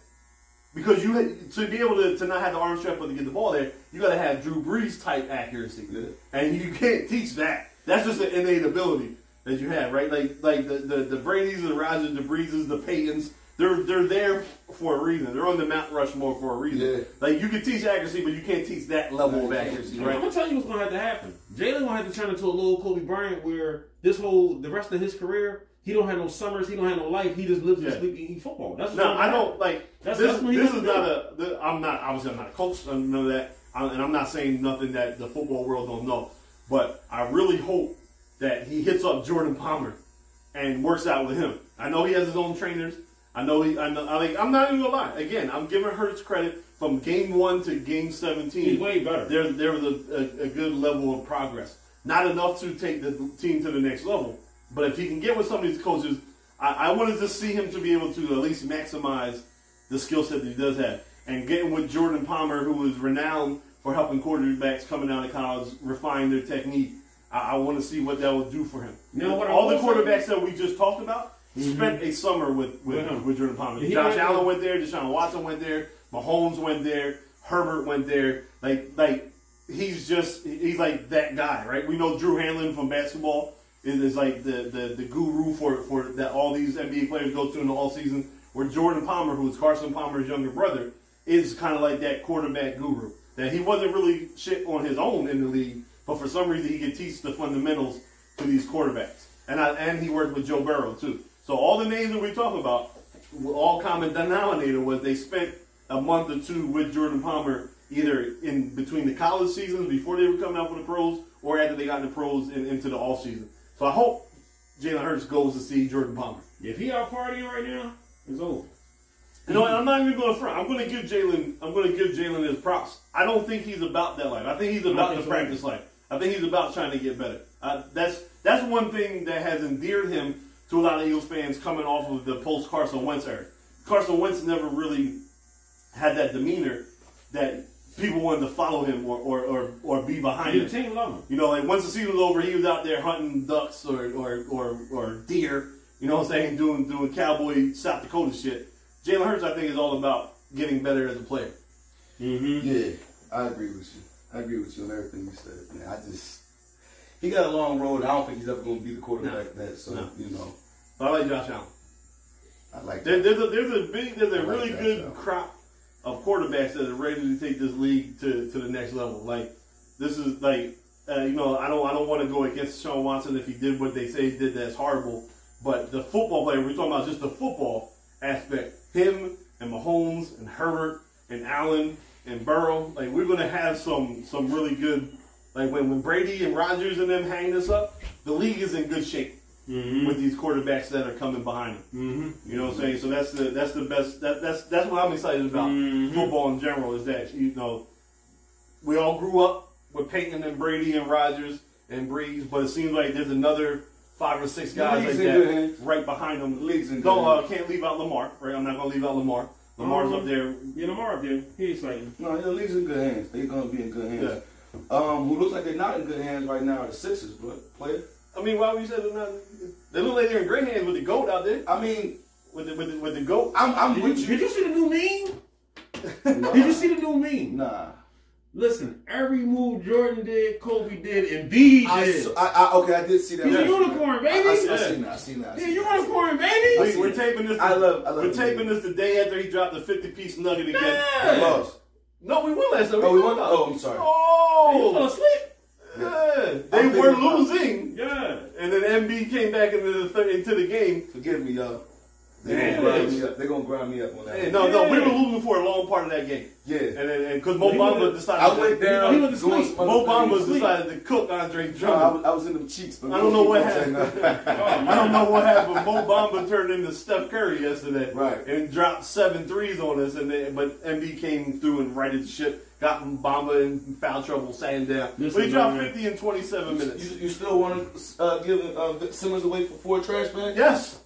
because you had, to be able to, to not have the arm strength but to get the ball there, you got to have Drew Brees type accuracy,
Yeah.
and you can't teach that. That's just an innate ability that you have, right? Like like the the, the Brady's, the Rogers, the Breezes, the Paytons. They're they're there for a reason. They're on the Mount Rushmore for a reason.
Yeah.
Like you can teach accuracy, but you can't teach that level of accuracy,
I'm
right?
gonna tell you what's gonna have to happen. Jalen gonna have to turn into a little Kobe Bryant, where this whole the rest of his career, he don't have no summers, he don't have no life, he just lives
Yeah.
and sleep and eat football. That's
No,
what's
I
gonna
don't like
That's-
this.
that's what he
this
has to
is not a. th- I'm not obviously I'm not a coach. I don't know that, I, and I'm not saying nothing that the football world don't know. But I really hope that he hits up Jordan Palmer and works out with him. I know he has his own trainers. I know he. I know. I like. I'm not even gonna lie. Again, I'm giving Hurts credit from game one to game
happen. He's
17.
way better.
There, there was a, a, a good level of progress. Not enough to take the team to the next level, but if he can get with some of these coaches, I, I wanted to see him to be able to at least maximize the skill set that he does have. And getting with Jordan Palmer, who is renowned for helping quarterbacks coming out of college refine their technique, I, I want to see what that will do for him.
Now, what I
All the
will say-
quarterbacks that we just talked about spent a summer with with,
With him.
with Jordan Palmer.
He
Um, Josh
had-
Allen went there. Deshaun Watson went there. Mahomes went there. Herbert went there. Like like he's just he's like that guy, right? We know Drew Hanlon from basketball is, is like the, the the guru for for that all these NBA players go to in the all season. Where Jordan Palmer, who is Carson Palmer's younger brother, is kind of like that quarterback guru. That he wasn't really shit on his own in the league, but for some reason he could teach the fundamentals to these quarterbacks. And I, and he worked with Joe Burrow too. So all the names that we talk about, were all common denominator was they spent a month or two with Jordan Palmer, either in between the college seasons before they were coming out for the pros, or after they got in the pros and into the off season. So I hope Jalen Hurts goes to see Jordan Palmer.
If he out partying right now, it's over.
You know, what, I'm not even going to front. I'm going to give Jalen. I'm going to give Jalen his props. I don't think he's about that life. I think he's about
think
the
so.
practice life. I think he's about trying to get better. Uh, that's that's one thing that has endeared him to a lot of Eagles fans coming off of the post Carson Wentz era. Carson Wentz never really had that demeanor that people wanted to follow him or or, or, or be behind
Your
him.
team love him.
You know, like once the season was over, he was out there hunting ducks or or or, or deer. You know what I'm saying? Doing doing cowboy South Dakota shit. Jalen Hurts, I think, is all about getting better as a player.
Mm-hmm.
Yeah.
I agree with you. I agree with you on everything you said.
Man, I just he got a long road. I don't think he's ever going to be the quarterback that. So
No.
you know,
But I like Josh Allen.
I like
There,
that.
there's a there's a big there's a
like
really
Josh
good
Allen.
crop of quarterbacks that are ready to take this league to, to the next level. Like this is like uh, you know I don't I don't want to go against Sean Watson if he did what they say he did that's horrible. But the football player we're talking about just the football aspect. Him and Mahomes and Herbert and Allen and Burrow, like we're gonna have some some really good. Like when, when Brady and Rogers and them hang this up, the league is in good shape with these quarterbacks that are coming behind them. Mm-hmm. You know what I'm saying? So that's the that's the best. That, that's that's what I'm excited about football in general is that you know we all grew up with Peyton and Brady and Rogers and Breeze, but it seems like there's another five or six guys like
League's in good
that
hands.
right behind them.
League's in
no,
good
uh, can't leave out Lamar. Right, I'm not gonna leave out Lamar. Lamar's up there.
Yeah, Lamar up there. He's exciting.
No, the league's in good hands. They're gonna be in good hands. Um, who looks like they're not in good hands right now are the Sixers, but player.
I mean, why would you say they're not? They look like they're in great hands with the goat out there.
I mean,
With the with the, with the goat.
I'm I'm with
Did you
you.
see the new meme?
Nah.
Did you see the new meme?
Nah.
Listen, every move Jordan did, Kobe did, and B
I,
did.
s- I- I- okay, I did see that.
He's a unicorn,
I, I,
baby.
I
Yeah.
seen that. I seen that. I
Yeah,
seen
you
that.
want a corn baby?
We, we're taping this.
I love- I love
we're
the
taping
meme.
this the day after he dropped the fifty piece nugget again.
I
Yeah.
lost.
No, we won last night.
Oh, we won?
talked
Oh, I'm sorry.
You fell
Oh,
asleep?
yeah.
I'm
they
thinking
were
about-
losing,
Yeah.
and then MB came back into the thir- into the game.
Forgive me, y'all. They're
Yeah.
gonna grind me up. They're gonna grind me up on that.
Hey,
one.
no, no, we
Yeah.
were losing for a long part of that game.
Yeah.
and then because
Well,
Mo
he
Bamba
would've-
decided.
I went
to-
down.
He went to
doing
sleep.
some
Mo
other
Bamba
things.
decided to cook Andre
No, I,
Drummond.
was, I was in them cheeks. But
I don't know what
I'm saying,
happened.
uh,
I don't know what happened. Mo Bamba turned into Steph Curry yesterday,
Right.
And dropped seven threes on us, and then, but MB came through and righted the ship. Got Bamba in foul trouble, sat him down.
Listen,
but he dropped
man.
fifty in twenty-seven minutes.
you, you still want to uh, give uh, Simmons away for four trash bags?
Yes,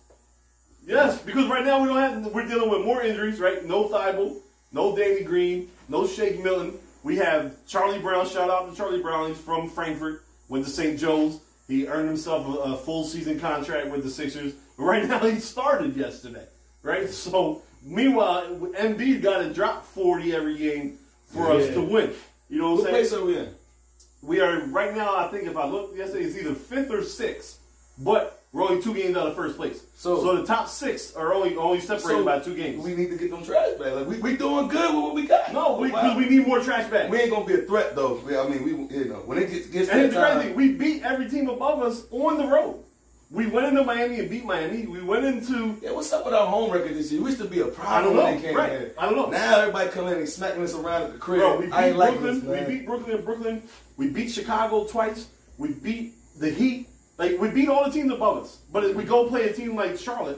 yes, because right now we don't have. We're dealing with more injuries, right? No Thibault, no Danny Green, no Shake Milton. We have Charlie Brown. Shout out to Charlie Brown. He's from Frankfurt. Went to St. Joe's. He earned himself a, a full season contract with the Sixers. But right now, he started yesterday, right? So meanwhile, MB got to drop forty every game for us
Yeah.
to win. You know what I'm
What
saying?
place are we in?
We are right now. I think if I look yesterday, it's either fifth or sixth. But we're only two games out of first place. So,
So-
the top six are only only separated
So,
by two games.
We need to get them trash bags. Like we, we doing good with what we got.
no, because
Wow.
we, need more trash back.
We ain't gonna be a threat though. We- I mean, we you know when it gets gets
and
that
it's crazy.
time.
We beat every team above us on the road. We went into Miami and beat Miami. We went into
Yeah, what's up with our home record this year? We used to be a
I don't
problem when
know.
they came
Right.
in.
I don't know.
Now everybody come in and smacking us around at the crib.
Bro, we beat
I ain't like
Brooklyn.
this, man.
we beat Brooklyn. Brooklyn. We beat Chicago twice. We beat the Heat. Like we beat all the teams above us. But if we go play a team like Charlotte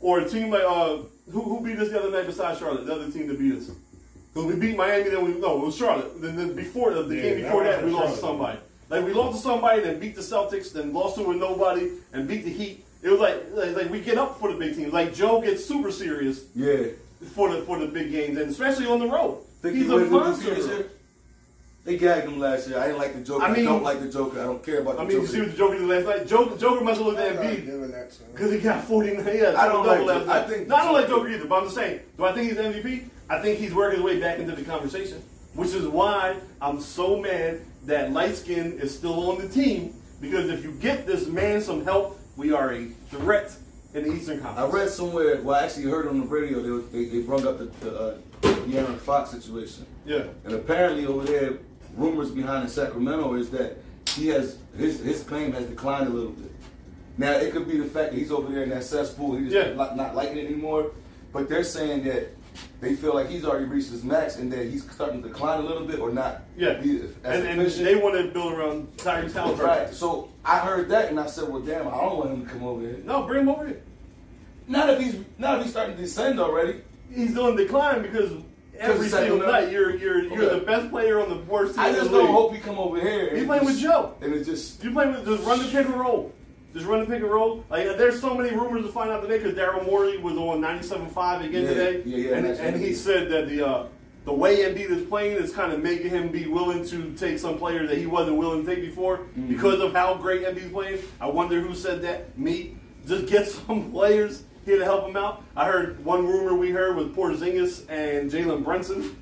or a team like uh who who beat us the other night besides Charlotte, the other team that beat us. Because we beat Miami, then we no, it was Charlotte. Then, then before the, the
Yeah,
game
that
before
was
that, we lost
Charlotte.
to somebody. Like we lost to somebody, then beat the Celtics, then lost to a nobody, and beat the Heat. It was like like, like we get up for the big teams. Like Joe gets super serious
yeah.
for the for the big games, and especially on the road.
Think
He's
he
a
wins with this this
monster.
year? They gagged him last year. I didn't like the Joker.
I
I,
mean-
don't like the Joker. I don't care about the
I mean, you
Joker.
see what the Joker did last night. Joker, Joker must have looked at
I'm not
Embiid
giving that to him.
because he got 49. Yeah,
I don't like
double
Joker.
last
I
night.
think-
no, I don't like Joker either. But I'm just saying, do I think he's MVP? I think he's working his way back into the conversation, which is why I'm so mad that light skin is still on the team because if you get this man some help, we are a threat in the Eastern
I
Conference.
read somewhere, well, I actually heard on the radio, they, was- they, they brung up the, the uh, De'Aaron Fox situation.
Yeah.
And apparently over there, rumors behind in Sacramento is that he has, his, his claim has declined a little bit. Now, it could be the fact that he's over there in that cesspool, he's
Yeah.
just not, not liking it anymore. But they're saying that they feel like he's already reached his max and that he's starting to decline a little bit or not
Yeah,
be as
and, and
efficient.
they want to build around Tyrese Halliburton.
Right. So I heard that and I said, well, damn, I don't want him to come over here.
No, bring him over here.
Not if he's not if he's starting to descend already.
he's on decline because every
it's second
single
up.
night you're you're you're
Okay.
the best player on the worst team.
I
in the
just don't
league.
hope he come over here. and
You playing with
just-
Joe.
and it just
You play with just run the pick and roll. Just run the pick and roll. Like there's so many rumors to find out today because Daryl Morey was on 97.5 again
Yeah,
today,
yeah, yeah,
and,
that's
and he
right.
said that the uh, the way Embiid is playing is kind of making him be willing to take some players that he wasn't willing to take before
Mm-hmm.
because of how great Embiid's playing. I wonder who said that. Me. Just get some players here to help him out. I heard one rumor we heard was Porzingis and Jalen Brunson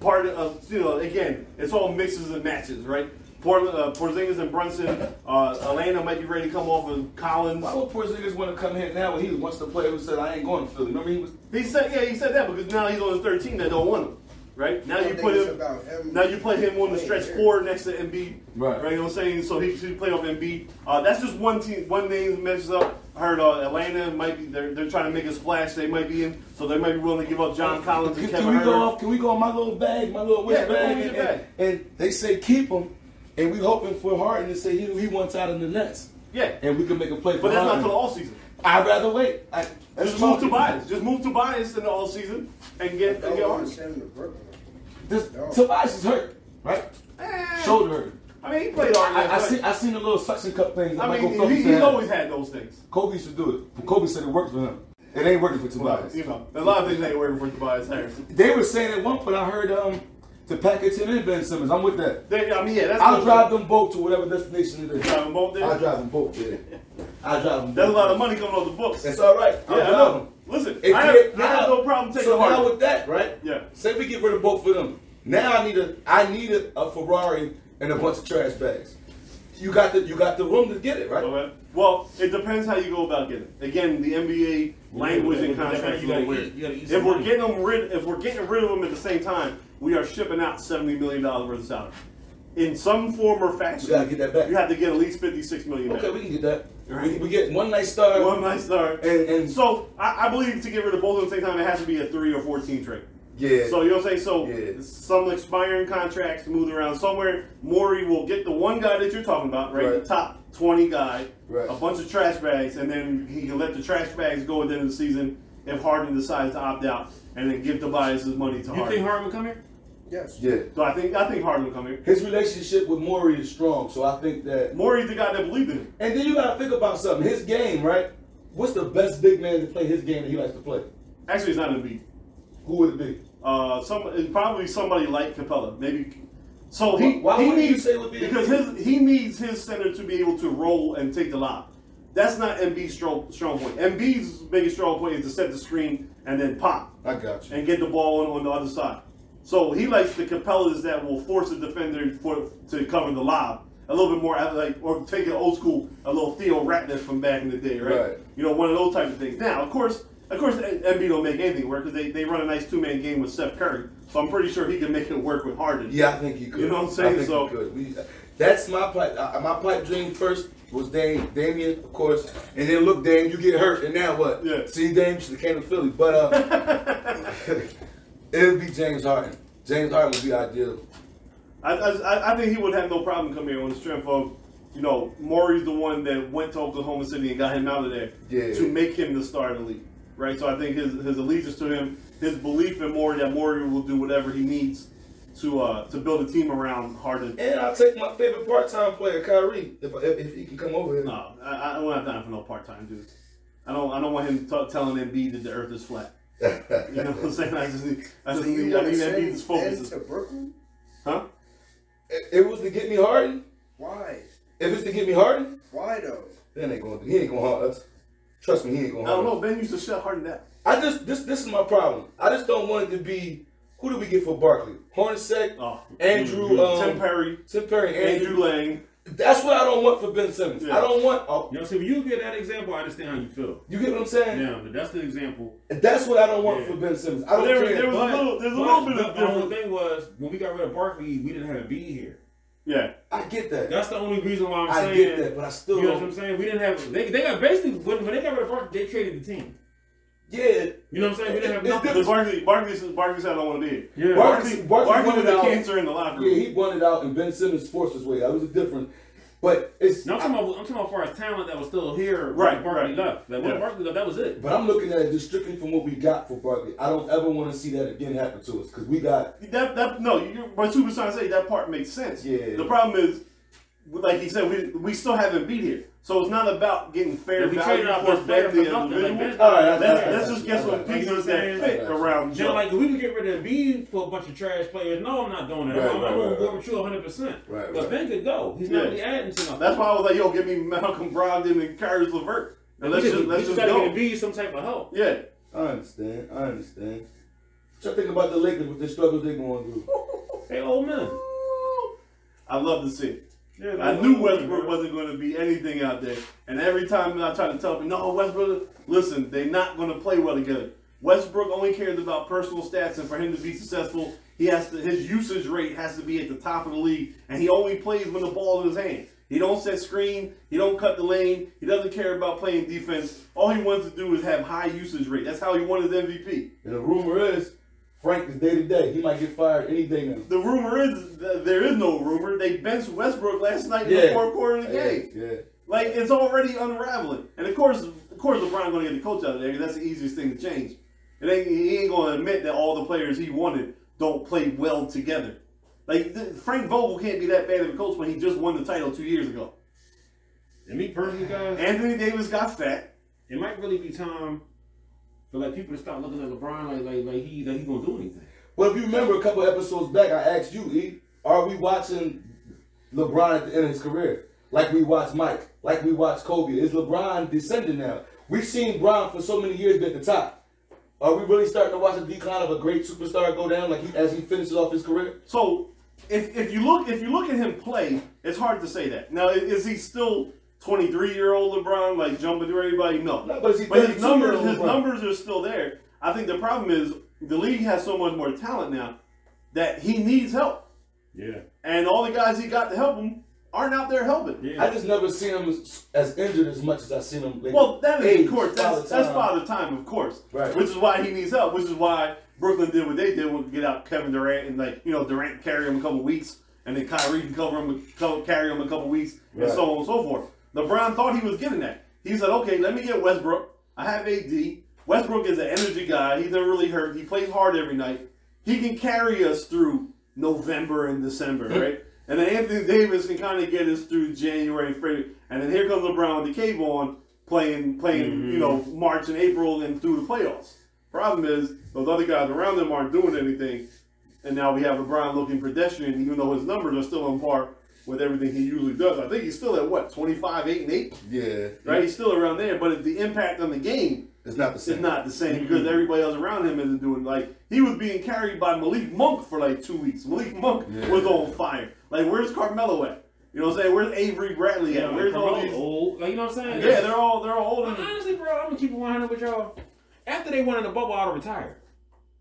part of you know again, it's all mixes and matches, right? Portland, uh, Porzingis and Brunson, uh, Atlanta might be ready to come off of Collins.
why would Porzingis want to come here now when he was once the player who said I ain't going to Philly? Remember he was
He said, yeah, he said that because now he's on his third team that don't want him. right? Now
I
you
think
put
it's
him.
about him.
Now you play him on the stretch four next to Embiid.
Right.
You know what I'm saying? So he should play off Embiid. Uh, that's just one team, one name that messes up. I heard uh, Atlanta might be. They're, they're trying to make a splash. They might be in. So they might be willing to give up John Collins
Can,
and
can
Kevin
we
Herter.
go off? Can we go on my little bag, my little wish
Yeah, go on
bag?
with
And,
your bag.
and- and they say keep him, and we hoping for Harden to say he, he wants out of the Nets,
Yeah.
and we can make a play for
But that's not
Harden.
for the all season.
I'd rather wait. I, that's
Just
my
move
opinion.
Tobias. Just move Tobias in the all season and get and
Don't
get
want
Harden.
to send him to Brooklyn.
This,
No.
Tobias is hurt, right?
Eh,
Shoulder hurt.
I mean, he played all
I, I,
right.
see, I seen the little suction cup things.
I
that Michael
mean,
Phelps
he, he's
had.
always had those things.
Kobe used to do it. But Kobe said it worked for him. It ain't working for Tobias.
You know, a lot of things ain't working for Tobias Harris.
They were saying at one point, I heard um, to package him in Ben Simmons. I'm with that.
They, I mean, yeah, that's
I'll drive them both to whatever destination it is.
Drive them both there.
I'll drive them both there. I'll drive them both.
That's a lot of money coming off the books.
That's all right.
yeah,
I'll
I
drive
know.
them.
Listen,
If
I,
you
have,
get-
I have
now-
no problem taking
So now
Harden.
with that, right?
Yeah.
Say we get rid of both of them. Now I need a I need a, a Ferrari and a bunch of trash bags. You got the you got the room to get it, right?
Okay. Well, it depends how you go about getting it. Again, the NBA language and
but that means
contracts is
you gotta
weird.
eat- you gotta eat
If
some
we're
money.
getting them rid, if we're getting rid of them at the same time, we are shipping out seventy million dollars worth of salary. In some form or fashion,
We gotta get that back.
You have to get at least fifty-six million.
Okay, we can get that.
Right.
We, we get one night star.
One nice start.
And- and-
so I, I believe to get rid of both at the same time, it has to be a three or fourteen trade.
Yeah.
So you know what I'm saying? So
Yeah.
some expiring contracts moved around somewhere. Maury will get the one guy that you're talking about, right?
Right.
The top 20 guy,
Right.
a bunch of trash bags, and then he can let the trash bags go at the end of the season if Harden decides to opt out, and then give Tobias his money to
You
Harden.
think Harden would come here?
Yes.
yeah.
so I think I think Harden will come here.
His relationship with Maury is strong, so I think that.
Maury's the guy that believed in him.
And then you gotta think about something. His game, right? What's the best big man to play his game that he likes to play?
Actually, it's not in the beat.
Who would it be?
Uh, some and probably somebody like Capella, maybe. So
Why-
he
why
he
wouldn't you
needs
say it would be-
because his he needs his center to be able to roll and take the lob. That's not Embiid's strong, strong point. Embiid's biggest strong point is to set the screen and then pop
I got
and get the ball on, on the other side. So he likes the Capellas that will force the defender for to cover the lob a little bit more, like or take an old school, a little Theo Ratliff from back in the day, right?
Right.
You know, one of those type of things. Now, of course, of course, M- Embiid don't make anything work because they, they run a nice two man game with Steph Curry. So I'm pretty sure he can make it work with Harden.
Yeah, I think he could.
You know what I'm
I
saying?
think
So-
he could. We, that's my pipe. Uh, my pipe dream first was Dame, Damian, of course, and then look, Dame, you get hurt, and now what?
Yeah.
See, Dame should have came to Philly, but uh, it would be James Harden. James Harden would be ideal.
I, I, I think he would have no problem coming here on the strength of, you know, Maury's the one that went to Oklahoma City and got him out of there
Yeah.
to make him the star of the league, right? So I think his, his allegiance to him, his belief in Maury that Maury will do whatever he needs to uh, to build a team around Harden.
And I'll take my favorite part-time player, Kyrie, if if, if he can come over here.
No, I, I don't have time for no part time dudes. I don't I don't want him t- telling Embiid that the Earth is flat. You know what I'm saying? I just need I
So
just
you
need, I
want to
need
send
Embiid's
Ben
focus,
to Brooklyn?
huh?
If it was to get me Harden.
Why?
If it's to get me Harden,
Why though?
then ain't gonna he ain't gonna harm us. Trust me, he ain't gonna
I
harm
don't
us.
know. Ben used to shut Harden down.
I just this this is my problem. I just don't want it to be who do we get for Barkley? Hornacek,
Uh,
Oh,
Andrew, um,
Tim Perry,
Tim Perry, Andrew.
Andrew Lang.
That's what I don't want for Ben Simmons.
Yeah.
I don't want. Oh,
You know, see, when you give that example, I understand how you feel.
you get what I'm saying?
Now, but that's the example.
That's what I don't want
Yeah.
for Ben Simmons. I don't
There-
care.
there was-
But,
little- there's a
but
little bit of
the only
difference.
thing was when we got rid of Barkley, we didn't have a B here.
Yeah.
I get that.
That's the only reason why I'm
I
saying.
get that, but I still
you know what
don't-
I'm saying? We didn't have. They, they got basically when, when they got rid of Barkley, they traded the team.
yeah.
You know what I'm saying? We didn't have
It's
nothing.
Because Barkley, Barkley, said- Barkley said I don't want to be here.
Yeah.
Barkley-
Barkley,
Barkley
Barkley, was
wanted
the
out.
cancer in the locker
Yeah,
room.
he wanted out, and Ben Simmons forced his way out. It was different, but it's.
No, I'm talking, about, I'm talking about as far as talent that was still here when
Right,
Barkley
right.
left. Like, when
Yeah.
Barkley left, that was it.
but I'm looking at it just strictly from what we got for Barkley. I don't ever want to see that again happen to us because we got
That, that, no, you, what Super trying to say that part makes sense.
Yeah.
The problem is, like he said, we we still haven't beat here, so it's not about getting fair
Like, we
value
traded out
for
one player
Ben
for
the
nothing. Like,
individual.
Ben's-
All right,
Let's,
I- I-
let's just guess what
I- I-
pieces
I- I-
that fit
I-
around
Then,
Joe.
like, we could get rid of B for a bunch of trash players. No, I'm not doing that.
Right,
I'm
right,
not going
right,
to
right.
with you 100%.
Right,
but
right.
Ben could go. He's not
Yeah.
really adding to nothing.
That's why I was like, yo, give me Malcolm Brogdon and Kyrie Levert, and let's
We
just let's
we
just
gotta
go.
give B some type of help.
Yeah.
I understand. I understand. Try to think about the Lakers with the struggles they're going through.
They old men.
I love to see it.
Yeah, they
I
old
knew
men,
Westbrook
bro.
wasn't going to be anything out there. And every time I tried to tell him, no, Westbrook, listen, they're not going to play well together. Westbrook only cares about personal stats, and for him to be successful, he has to his usage rate has to be at the top of the league, and he only plays when the ball is in his hand. He don't set screen, he don't cut the lane, he doesn't care about playing defense. All he wants to do is have high usage rate. That's how he won his MVP.
And the rumor is Frank is day to day. He might get fired any day now.
The rumor is th- there is no rumor. They benched Westbrook last night in the
Yeah.
fourth quarter of the game.
yeah.
Like it's already unraveling, and of course, of course, LeBron going to get the coach out of there because that's the easiest thing to change. It ain't, he ain't going to admit that all the players he wanted don't play well together. Like th- Frank Vogel can't be that bad of a coach when he just won the title two years ago.
And me personally, guys,
Anthony Davis got fat.
it might really be time for like people to stop looking at LeBron like like like he like he gonna do anything.
Well, if you remember a couple episodes back, I asked you, E, are we watching LeBron at the end of his career? Like we watched Mike, like we watched Kobe. Is LeBron descending now? We've seen Bron for so many years be at the top. Are we really starting to watch the decline of a great superstar go down, like he, as he finishes off his career?
So if if you look if you look at him play, it's hard to say that. Now i- is he still twenty three year old LeBron like jumping through everybody? No,
No, but is he
But his
32
numbers,
year old
his
LeBron?
numbers are still there. I think the problem is the league has so much more talent now that he needs help,
Yeah,
and all the guys he got to help him aren't out there helping.
yeah.
I just never seen him as, as injured as much as I've seen him. lately.
Well, that is
Age,
of course
father
that's, that's
time.
father time, of course,
Right.
which is why he needs help. Which is why Brooklyn did what they did with get out Kevin Durant and like you know Durant carry him a couple weeks, and then Kyrie can cover him, co- carry him a couple weeks, and
Right.
so on and so forth. LeBron thought he was getting that. He said, "Okay, let me get Westbrook. I have AD. Westbrook is an energy guy. He's never really hurt. He plays hard every night. He can carry us through November and December, right? And then Anthony Davis can kind of get us through January, February, and then here comes LeBron with the cave on." playing playing you know March and April and through the playoffs. Problem is those other guys around them aren't doing anything, and now we have LeBron looking pedestrian, even though his numbers are still on par with everything he usually does. I think he's still at what 25, 8, and 8,
Yeah,
right? He's still around there, but the impact on the game
it's not the
is
same.
not the same because everybody else around him isn't doing like he was being carried by Malik Monk for like two weeks. Malik Monk
Yeah.
was on fire. Like where's Carmelo at? You know what I'm saying? Where's Avery Bradley at?
Yeah,
Where's
like,
all
Carmelo's
these?
old. Like you know what I'm saying?
Yeah, they're all they're all older.
But
than-
honestly, bro, I'm gonna keep it 100 with y'all. After they went in the bubble, I'd have retired.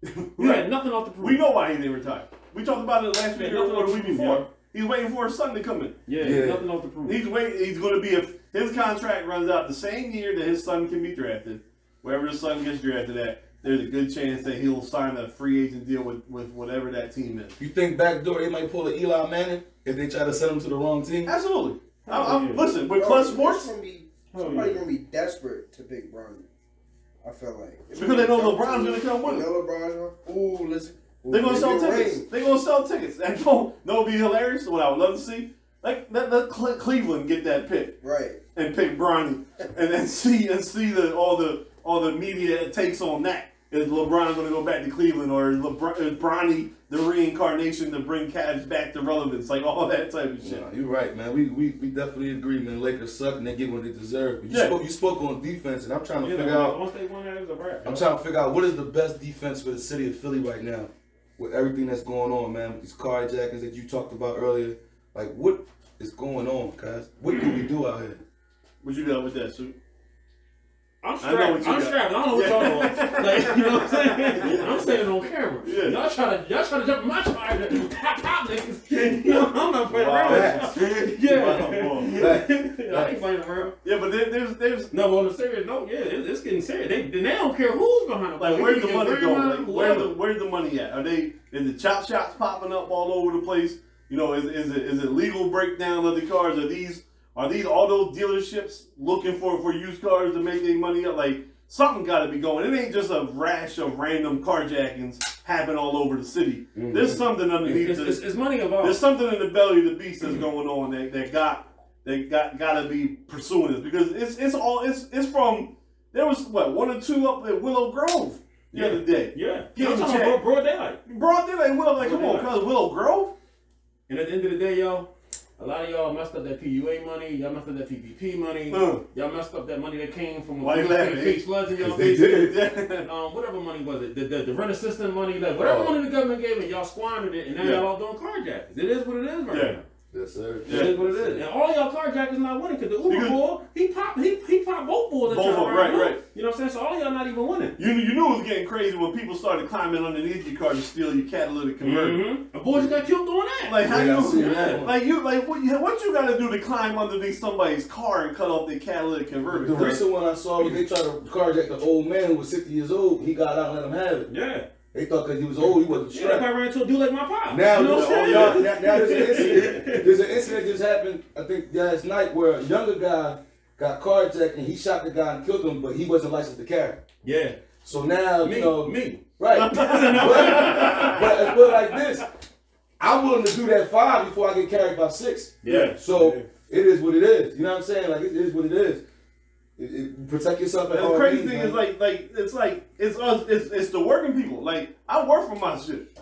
You
Right.
had nothing off the prove.
We know why he didn't retire. We talked about it last week
Yeah,
or
nothing
or the
to
week
prove,
before. He's waiting for his son to come in.
Yeah,
Yeah.
nothing off the prove.
He's waiting. He's going to be if his contract runs out the same year that his son can be drafted. Wherever his son gets drafted at, there's a good chance that he'll sign a free agent deal with, with whatever that team is.
you think back door they might pull a Eli Manning if they try to send him to the wrong team?
Absolutely. I, I'm,
Yeah.
Listen, with Clutch
Bro, it's
Sports,
gonna be-
Oh,
Somebody
yeah.
gonna be desperate to pick Bron. I feel like
Because they know LeBron's gonna come with
They
him.
know LeBron's gonna. Ooh, listen. Ooh,
They're gonna sell
maybe it
tickets.
rains.
They're gonna sell tickets. And don't, that would be hilarious. What I would love to see, like let, let Cle- Cleveland get that pick.
Right.
and pick Bronny, and then see and see the all the all the media takes on that. Is LeBron going to go back to Cleveland, or is, LeBron, is Bronny the reincarnation to bring Cavs back to relevance, like all that type of shit?
Nah, you're right, man. We, we we definitely agree, man. Lakers suck and they get what they deserve. But you
Yeah.
spoke you spoke on defense, and I'm trying to
Yeah,
figure
like,
out.
Once they won that, it was a wrap.
I'm trying to figure out what is the best defense for the city of Philly right now, with everything that's going on, man. With these carjackings that you talked about earlier, like what is going on, guys? What do we do out here?
What you got with that, suit?
I'm
I know what
strapped.
you
I'm
got.
strapped. I don't know what y'all want. Like, you know what I'm saying? I'm standing on camera.
Yeah.
Y'all trying to y'all trying to jump in my fire. Pop, pop, niggas. You know, I'm not playing
Wow.
around.
Wow.
Yeah.
Back.
I ain't playing around.
Yeah, but there, there's there's
No, but on a serious note, yeah, it's, it's getting serious. They, they don't care who's behind the
like
play.
where's
They
the
can
money
bring
going?
around
Like,
whoever.
where the where's the money at? Are they is the chop shops popping up all over the place? You know, is, is it is it legal breakdown of the cars? Are these are these auto dealerships looking for for used cars to make their money up? Like something got to be going. It ain't just a rash of random carjackings happening all over the city. There's something underneath
Mm-hmm. It's,
the-
it's, it's money involved.
there's something in the belly of the beast that's going on that, that got that got gotta be pursuing this because it's it's all it's it's from there was what one or two up at Willow Grove the other day.
yeah.
Get
I'm
the
talking
check.
about broad daylight.
Bro, they like Willow like come on,
Willow.
cuz Willow Grove.
And at the end of the day, y'all, a lot of y'all messed up that PUA money. Y'all messed up that PPP money.
Uh.
Y'all messed up that money that came from
Why you
when
laughing,
we
eh?
fake floods in y'all
They
face.
did.
Yeah.
Um, whatever money was it? The, the, the rent assistance money, like, whatever
Oh.
money the government gave it, y'all squandered it, and now
Yeah.
y'all all doing carjackings. It is what it is right
Yeah.
now.
Yes, sir.
Yeah.
It is what it is. And all y'all carjackers not winning because the Uber
Because-
ball, he popped he, he popped both balls at
Both
y'all
of 'em, right,
now.
right.
You know what I'm saying? So all y'all not even winning.
You, you knew it was getting crazy when people started climbing underneath your car to steal your catalytic converter.
Mm-hmm. The boys just got killed doing that.
Like how
Mm-hmm. Yeah, I see
you,
that.
like you, like what, you- what you got to do to climb underneath somebody's car and cut off their catalytic converter?
The recent one I saw was they tried to carjack the old man who was 60 years old. He got out and let him have it.
yeah.
They thought because he was old, he wasn't
Yeah, if
strapped.
I ran into a dude like my pop.
Now,
you know what I'm
oh,
now,
saying?
now, now there's an incident. There's an incident just happened, I think, last night where a younger guy got carjacked and he shot the guy and killed him, but he wasn't licensed to carry.
Yeah.
So now,
Me,
you know,
me.
right? but, but, but like this, I'm willing to do that five before I get carried by six.
Yeah.
So it is what it is. You know what I'm saying? Like it is what it is. It, it, protect yourself at
And
all.
the crazy
means,
thing
man.
is like like it's like it's us it's, it's the working people. Like I work for my shit.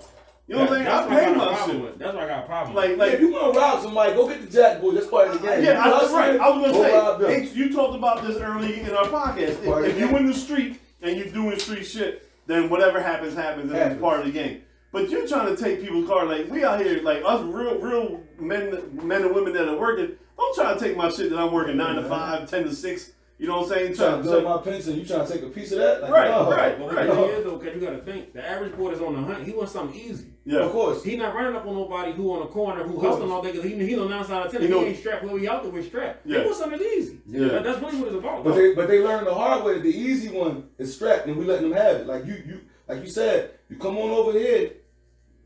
You know what I'm saying? I
That's what
pay
got a
my
problem
shit.
with. That's why I got a problem.
Like
Yeah,
like
if you want to rob somebody, go get the jackboy. That's part of the game.
yeah,
You know
I,
what
that's
I'm
right.
saying?
I was
Go rob
gonna
them.
say and you talked about this early in our podcast.
Part of
If, if
the
you
game.
in the street and you doing street shit, then whatever happens happens, and it's
Happens.
part of the game. But you're trying to take people's car like we out here like us real real men men and women that are working. Don't try to take my shit that I'm working nine to five, ten to six. You know what I'm saying?
You trying to
Try-
build my pension? You trying to take a piece of that? Like,
Right,
no.
right.
But what the thing is though, because you gotta think, the average boy that's on the hunt, he wants something easy.
Of
yeah.
course.
He not running up on nobody who on the corner who
course.
hustling all day because he, he on the outside of
You
tennis.
know-
he ain't strapped where we out there with strapped.
Yeah.
He wants something easy.
Yeah.
That- that's really what it's about.
But
though.
they but they learned the hard way that the easy one is strapped, and we letting them have it. Like you you like you said, you come on over here.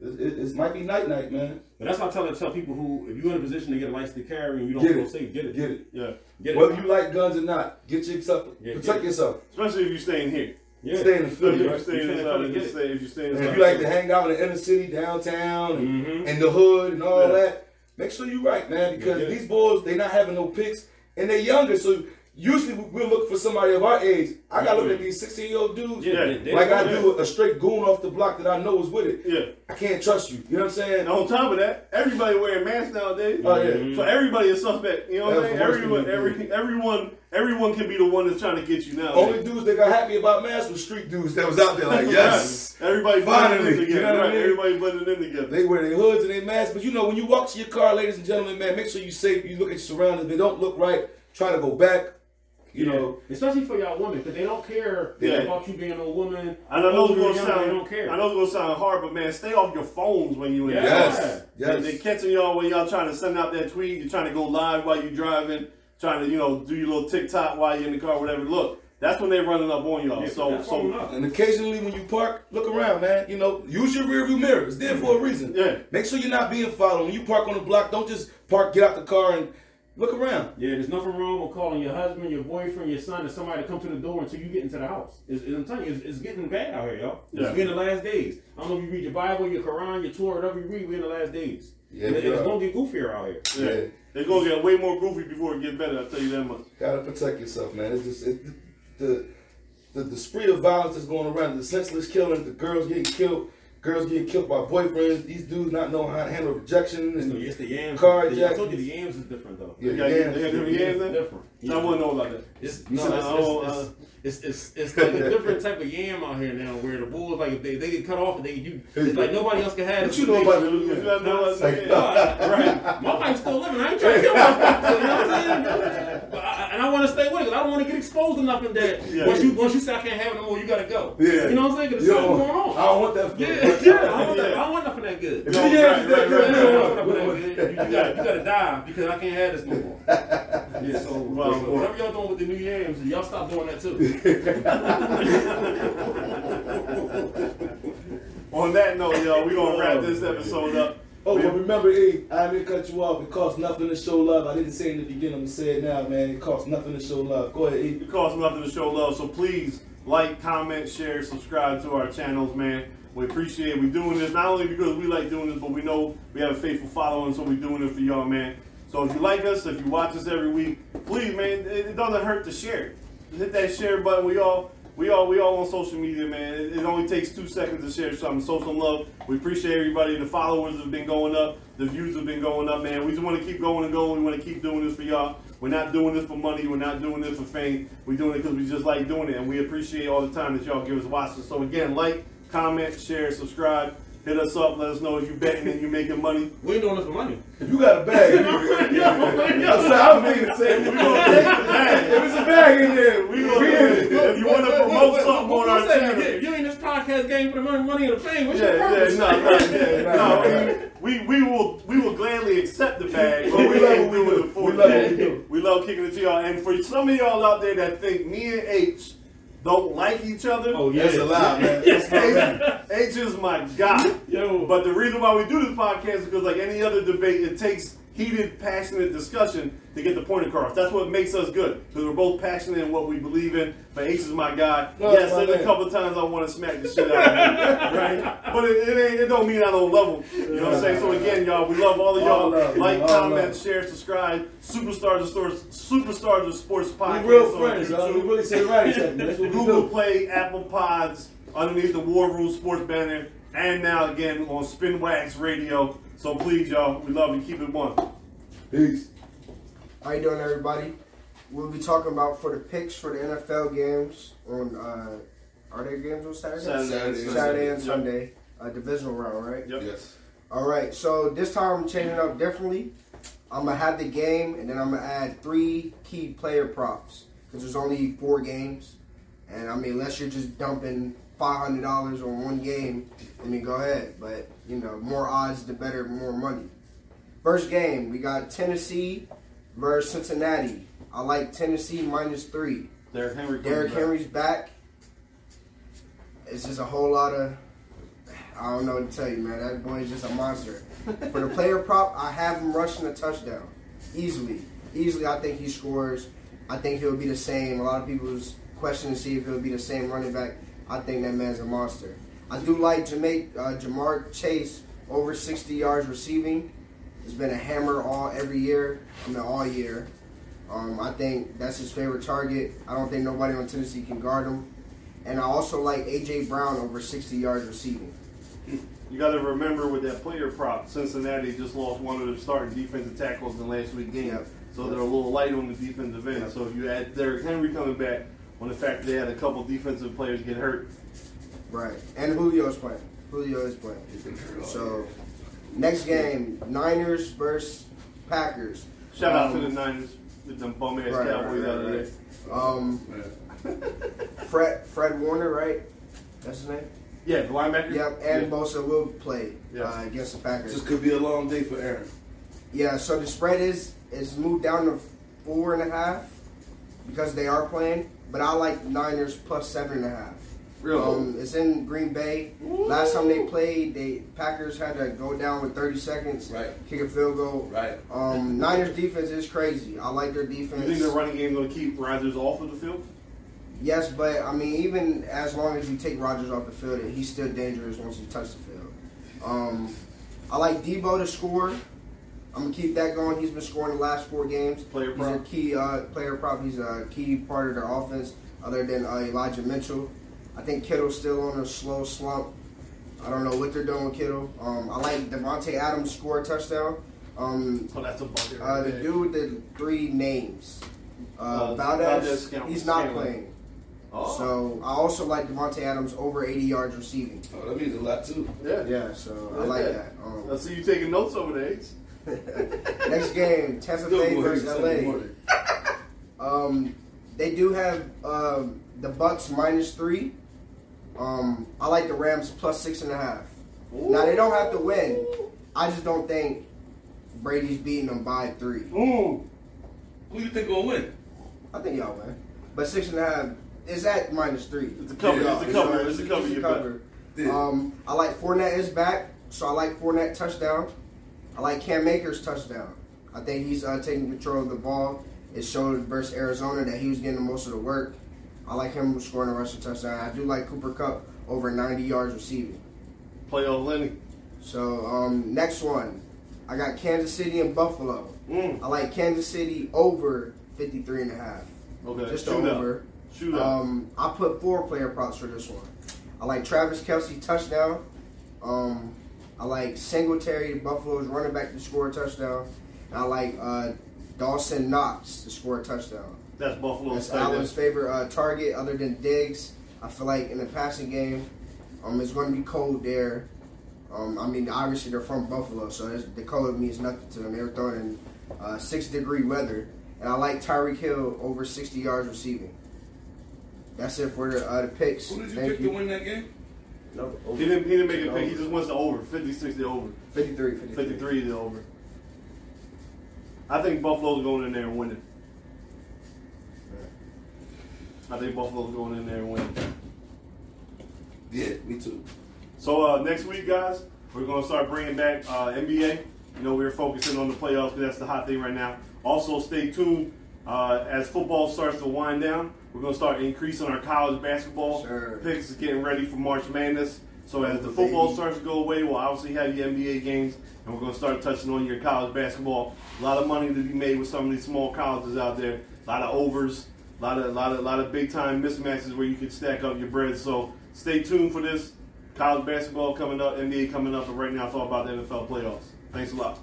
It, it, it might be night night, man.
But that's why I tell tell people who if you're in a position to get a license to carry and you don't
Get
feel
it.
safe, get it.
Get it.
Yeah.
Get
Whether
it.
you like guns or not, get yourself
Yeah,
protect
get it.
yourself.
Especially if you're staying here.
Yeah.
Stay in the
So if
field.
you
Right?
stay
You
in
can't
the south,
really
if
get
you
it.
stay if you stay in the
If
south.
you like to hang out in the inner city, downtown, and,
Mhm.
and the hood and all
Yeah.
that, make sure you right, man, because
Yeah.
these boys, they not having no picks, and they're younger, so usually we- we'll look for somebody of our age. I gotta look at these 16-year-old dudes
Yeah, they- they-
like I
yeah.
do a straight goon off the block that I know is with it.
Yeah.
I can't trust you. You know what I'm saying?
And on top of that, everybody wearing masks nowadays.
Oh, yeah.
So everybody is suspect. You know what I'm
That's
saying?
the worst
Everyone,
thing you
every, everyone, everyone can be the one that's trying to get you now.
Only dudes that got happy about masks were street dudes that was out there like, yes.
Everybody blending in
Finally.
together.
You know what I
right?
mean?
Everybody blending in together.
They wear their hoods and their masks, but you know when you walk to your car, ladies and gentlemen, man, make sure you safe. You look at your surroundings. If they don't look right, try to go back. You
Yeah.
know,
especially for y'all women, because they don't care
Yeah.
about you being a woman.
And I know it's
older or
gonna
younger,
sound.
They don't care.
I know it's gonna sound hard, but man, stay off your phones when you in.
Yeah.
yes,
They-
yes.
They catching y'all when y'all trying to send out that tweet. You're trying to go live while you're driving. Trying to you know do your little TikTok while you're in the car, whatever. Look, that's when they running up on y'all.
Yeah,
so
that's
so
all enough.
And occasionally when you park, look around, man. You know, use your rearview mirror. It's there for a reason.
Yeah.
Make sure you're not being followed. When you park on the block, don't just park, get out the car, and look around.
Yeah, there's nothing wrong with calling your husband, your boyfriend, your son, and somebody to come to the door until you get into the house. It's, it's- I'm telling you, it's, it's getting bad out here, y'all.
Yeah.
It's been the last days. I don't know if you read your Bible, your Quran, your Torah, whatever you read, we're in the last days.
Yeah,
and, it-
we
it's
are.
going to get goofier out here.
Yeah.
Yeah.
They're gonna get way more goofy before it get better, I'll tell you that much.
Gotta protect yourself, man. It's just it, the, the the spree of violence that's going around, the senseless killing, the girls getting killed, girls getting killed by boyfriends. These dudes not knowing how to handle rejection
So,
and
yes, the yams. I
Carjack-
told you the yams is different, though.
Yeah,
They got,
yeah.
they got
The
different yams in?
different.
I wouldn't know about that.
It's,
You
no,
said-
it's,
oh,
it's,
uh,
it's, it's, it's, it's like a different type of yam out here now where the bulls, like, if they, they get cut off and they you, it's like nobody else can have it.
But you know about the-
You gotta know what I'm saying.
God, right. My wife's still living. I ain't trying to kill my wife. You know what I'm saying? But I, and I want to stay with it. 'cause I don't want to get exposed to nothing that
Yeah.
once you once you say I can't have it no more, you gotta go.
Yeah.
You know what I'm saying? 'Cause
You
there's something
don't-
going on.
I don't want that.
yeah,
feeling.
yeah. I don't, want that-
Yeah.
I don't want nothing that good.
Yeah,
Right,
yeah,
right,
Yeah, I
right,
don't want
right.
nothing that good. You, you gotta, you gotta die because I can't have this no more. Yeah, so,
Wow.
so whatever y'all doing with the new yams, y'all stop doing that too.
On that note, y'all, we gonna wrap this episode up.
Oh, but remember, E, I didn't cut you off. It costs nothing to show love. I didn't say it in the beginning. I'm gonna say it now, man. It costs nothing to show love. Go ahead, E.
It costs nothing to show love, so please like, comment, share, subscribe to our channels, man. We appreciate we doing this not only because we like doing this, but we know we have a faithful following, so we doing it for y'all, man. So if you like us, if you watch us every week, please, man, it, it doesn't hurt to share. it. Just hit that share button. We all, we all, we all on social media, man. It, it only takes two seconds to share something. So some love. We appreciate everybody. The followers have been going up. The views have been going up, man. We just want to keep going and going. We want to keep doing this for y'all. We're not doing this for money. We're not doing this for fame. We're doing it because we just like doing it, and we appreciate all the time that y'all give us watching. So again, like, comment, share, subscribe. Hit Hit us up. Let us know if you betting and you making money.
We ain't doing this for money.
You got a bag. nigga. I said, I was thinking the same. We gonna take the bag. If it's a bag in there, we
We
gonna we in it.
if you want to promote something on our channel.
If you ain't this podcast game for the money, money and the fame, what's
Yeah,
your purpose?
yeah, no, no, yeah,
Nah,
no. We, we will we will gladly accept the bag, but
We
we
love
can't
what
do
we
it
do.
for
We love
the
what
bag.
we do.
We love kicking it to y'all. And for some of y'all out there that think me and H don't like each other,
Oh, yeah.
That's a lie, man. That's not bad.
H is my guy.
Yo.
But the reason why we do this podcast is because, like any other debate, it takes heated, passionate discussion to get the point across. That's what makes us good because we're both passionate in what we believe in. But H is my guy.
No,
yes,
my
there's a
man.
couple times I want to smack the shit out of him, right? But it, it ain't. It don't mean I don't love him. You know what I'm saying? So again, y'all, we love all of y'all.
All love,
like,
all
comment,
love.
share, subscribe. Superstars of Sports, Superstars of Sports podcast.
We real
on
friends, y'all. We
YouTube.
really sit around each other. That's what we
Google
do.
Play, Apple Pods, underneath the War Rules Sports banner, and now again on Spin Wax Radio. So please, y'all, we love you. Keep it one.
Peace.
How you doing, everybody? We'll be talking about for the picks for the NFL games on. Uh, are there games on Saturday?
Saturday.
Saturday and
Yep.
Sunday, uh, divisional round, right?
Yep.
Yes.
All right, so this time I'm changing it up differently. I'm gonna have the game, and then I'm gonna add three key player props because there's only four games, and I mean unless you're just dumping five hundred dollars on one game, I mean go ahead, but you know more odds the better, more money. First game we got Tennessee versus Cincinnati. I like Tennessee minus three.
Derrick Henry.
Derrick Henry's back. It's just a whole lot of. I don't know what to tell you, man. That boy is just a monster. For the player prop, I have him rushing a touchdown. Easily. Easily, I think he scores. I think he'll be the same. A lot of people's question to see if he'll be the same running back. I think that man's a monster. I do like Jamaic, uh, Jamar Chase over 60 yards receiving. It's been a hammer all every year. I mean, all year. Um, I think that's his favorite target. I don't think nobody on Tennessee can guard him. And I also like AJ Brown over 60 yards receiving.
You got to remember with that player prop, Cincinnati just lost one of their starting defensive tackles in last week's game,
Yep.
so they're a little light on the defensive end.
Yep.
So if you add Derrick Henry coming back, on the fact they had a couple defensive players get hurt,
Right. And Julio's playing. Julio is playing. So next game, Niners versus Packers.
shout out to
Um,
the Niners, with them bum ass
right,
Cowboys
right,
out of
right,
there.
right. Um,
Man.
Fred Fred Warner, right? That's his name.
Yeah, the linebacker.
Yep. And
yeah.
Bosa will play uh,
Yeah.
against the Packers.
This could be a long day for Aaron.
Yeah, so the spread is is moved down to four and a half because they are playing. But I like Niners plus seven and a half.
Real.
Um, it's in Green Bay. Last time they played, they Packers had to go down with 30 seconds,
Right.
kick a field goal.
right.
Um, Niners defense is crazy. I like their
You
defense.
think the running game going to keep Rodgers off of the field?
Yes, but I mean, even as long as you take Rodgers off the field, he's still dangerous once you touch the field. Um, I like Debo to score. I'm gonna keep that going. He's been scoring the last four games.
Player
he's a
prop.
key uh, player prop. He's a key part of their offense, other than uh, Elijah Mitchell. I think Kittle's still on a slow slump. I don't know what they're doing with Kittle. Um, I like Devontae Adams score a touchdown. Um,
Oh, that's a bucket.
uh,
right
the
there.
dude with the three names, uh,
Uh, Valdez
Valdez,
Scant-
he's not
Scantlin.
playing.
Oh,
So I also like Devontae Adams over 80 yards receiving.
Oh, that means a lot too.
yeah.
Yeah, so I
Yeah.
like that.
I
Um,
see you taking notes over there. Ace.
next game, Tampa Bay versus LA. Um, they do have um, the Bucks minus three. Um, I like the Rams plus six and a half. Now they don't have to win. I just don't think Brady's beating them by three.
Ooh. Who you think gonna win?
I think y'all win, but six and a half is at minus three.
It's a cover.
Yeah,
it's a
it's
cover.
So
It's a cover.
it's
You
a
bet.
cover.
Yeah.
Um, I like Fournette is back, so I like Fournette touchdown. I like Cam Akers touchdown. I think he's uh, taking control of the ball. It showed versus Arizona that he was getting the most of the work. I like him scoring a rushing touchdown. I do like Cooper Cup over 90 yards receiving.
Playoff Lenny.
So um, next one, I got Kansas City and Buffalo.
Mm.
I like Kansas City over 53 and a half.
Okay.
Just
Shoot
over.
Up. Shoot up.
Um, I put four player props for this one. I like Travis Kelsey touchdown. Um, I like Singletary, Buffalo's running back to score a touchdown. And I like uh, Dawson Knox to score a touchdown.
That's Buffalo
That's
State. there.
Allen's favorite uh, target, other than Diggs. I feel like in the passing game, um, it's going to be cold there. Um, I mean, obviously they're from Buffalo, so it's, the color means nothing to them. They were throwing in uh, six degree weather, and I like Tyreek Hill over 60 yards receiving. That's it for the, uh, the picks.
Who did you
Thank
pick
you.
to win that game?
No,
He
over.
didn't, he didn't make a pick. He just wants the over. 56 the over.
53, 53.
53 the over. I think Buffalo's going in there and winning. I think Buffalo's going in there and winning.
Yeah, me too.
So uh, next week, guys, we're going to start bringing back uh, NBA. You know, we're focusing on the playoffs because that's the hot thing right now. Also, stay tuned. Uh, as football starts to wind down, we're going to start increasing our college basketball
Sure.
picks. is getting ready for March Madness. So as the
Baby.
football starts to go away, we'll obviously have the NBA games, and we're going to start touching on your college basketball. A lot of money to be made with some of these small colleges out there. A lot of overs, a lot of, lot of, lot of big time mismatches where you can stack up your bread. So stay tuned for this. College basketball coming up, NBA coming up, and right now it's all about the NFL playoffs. Thanks a lot.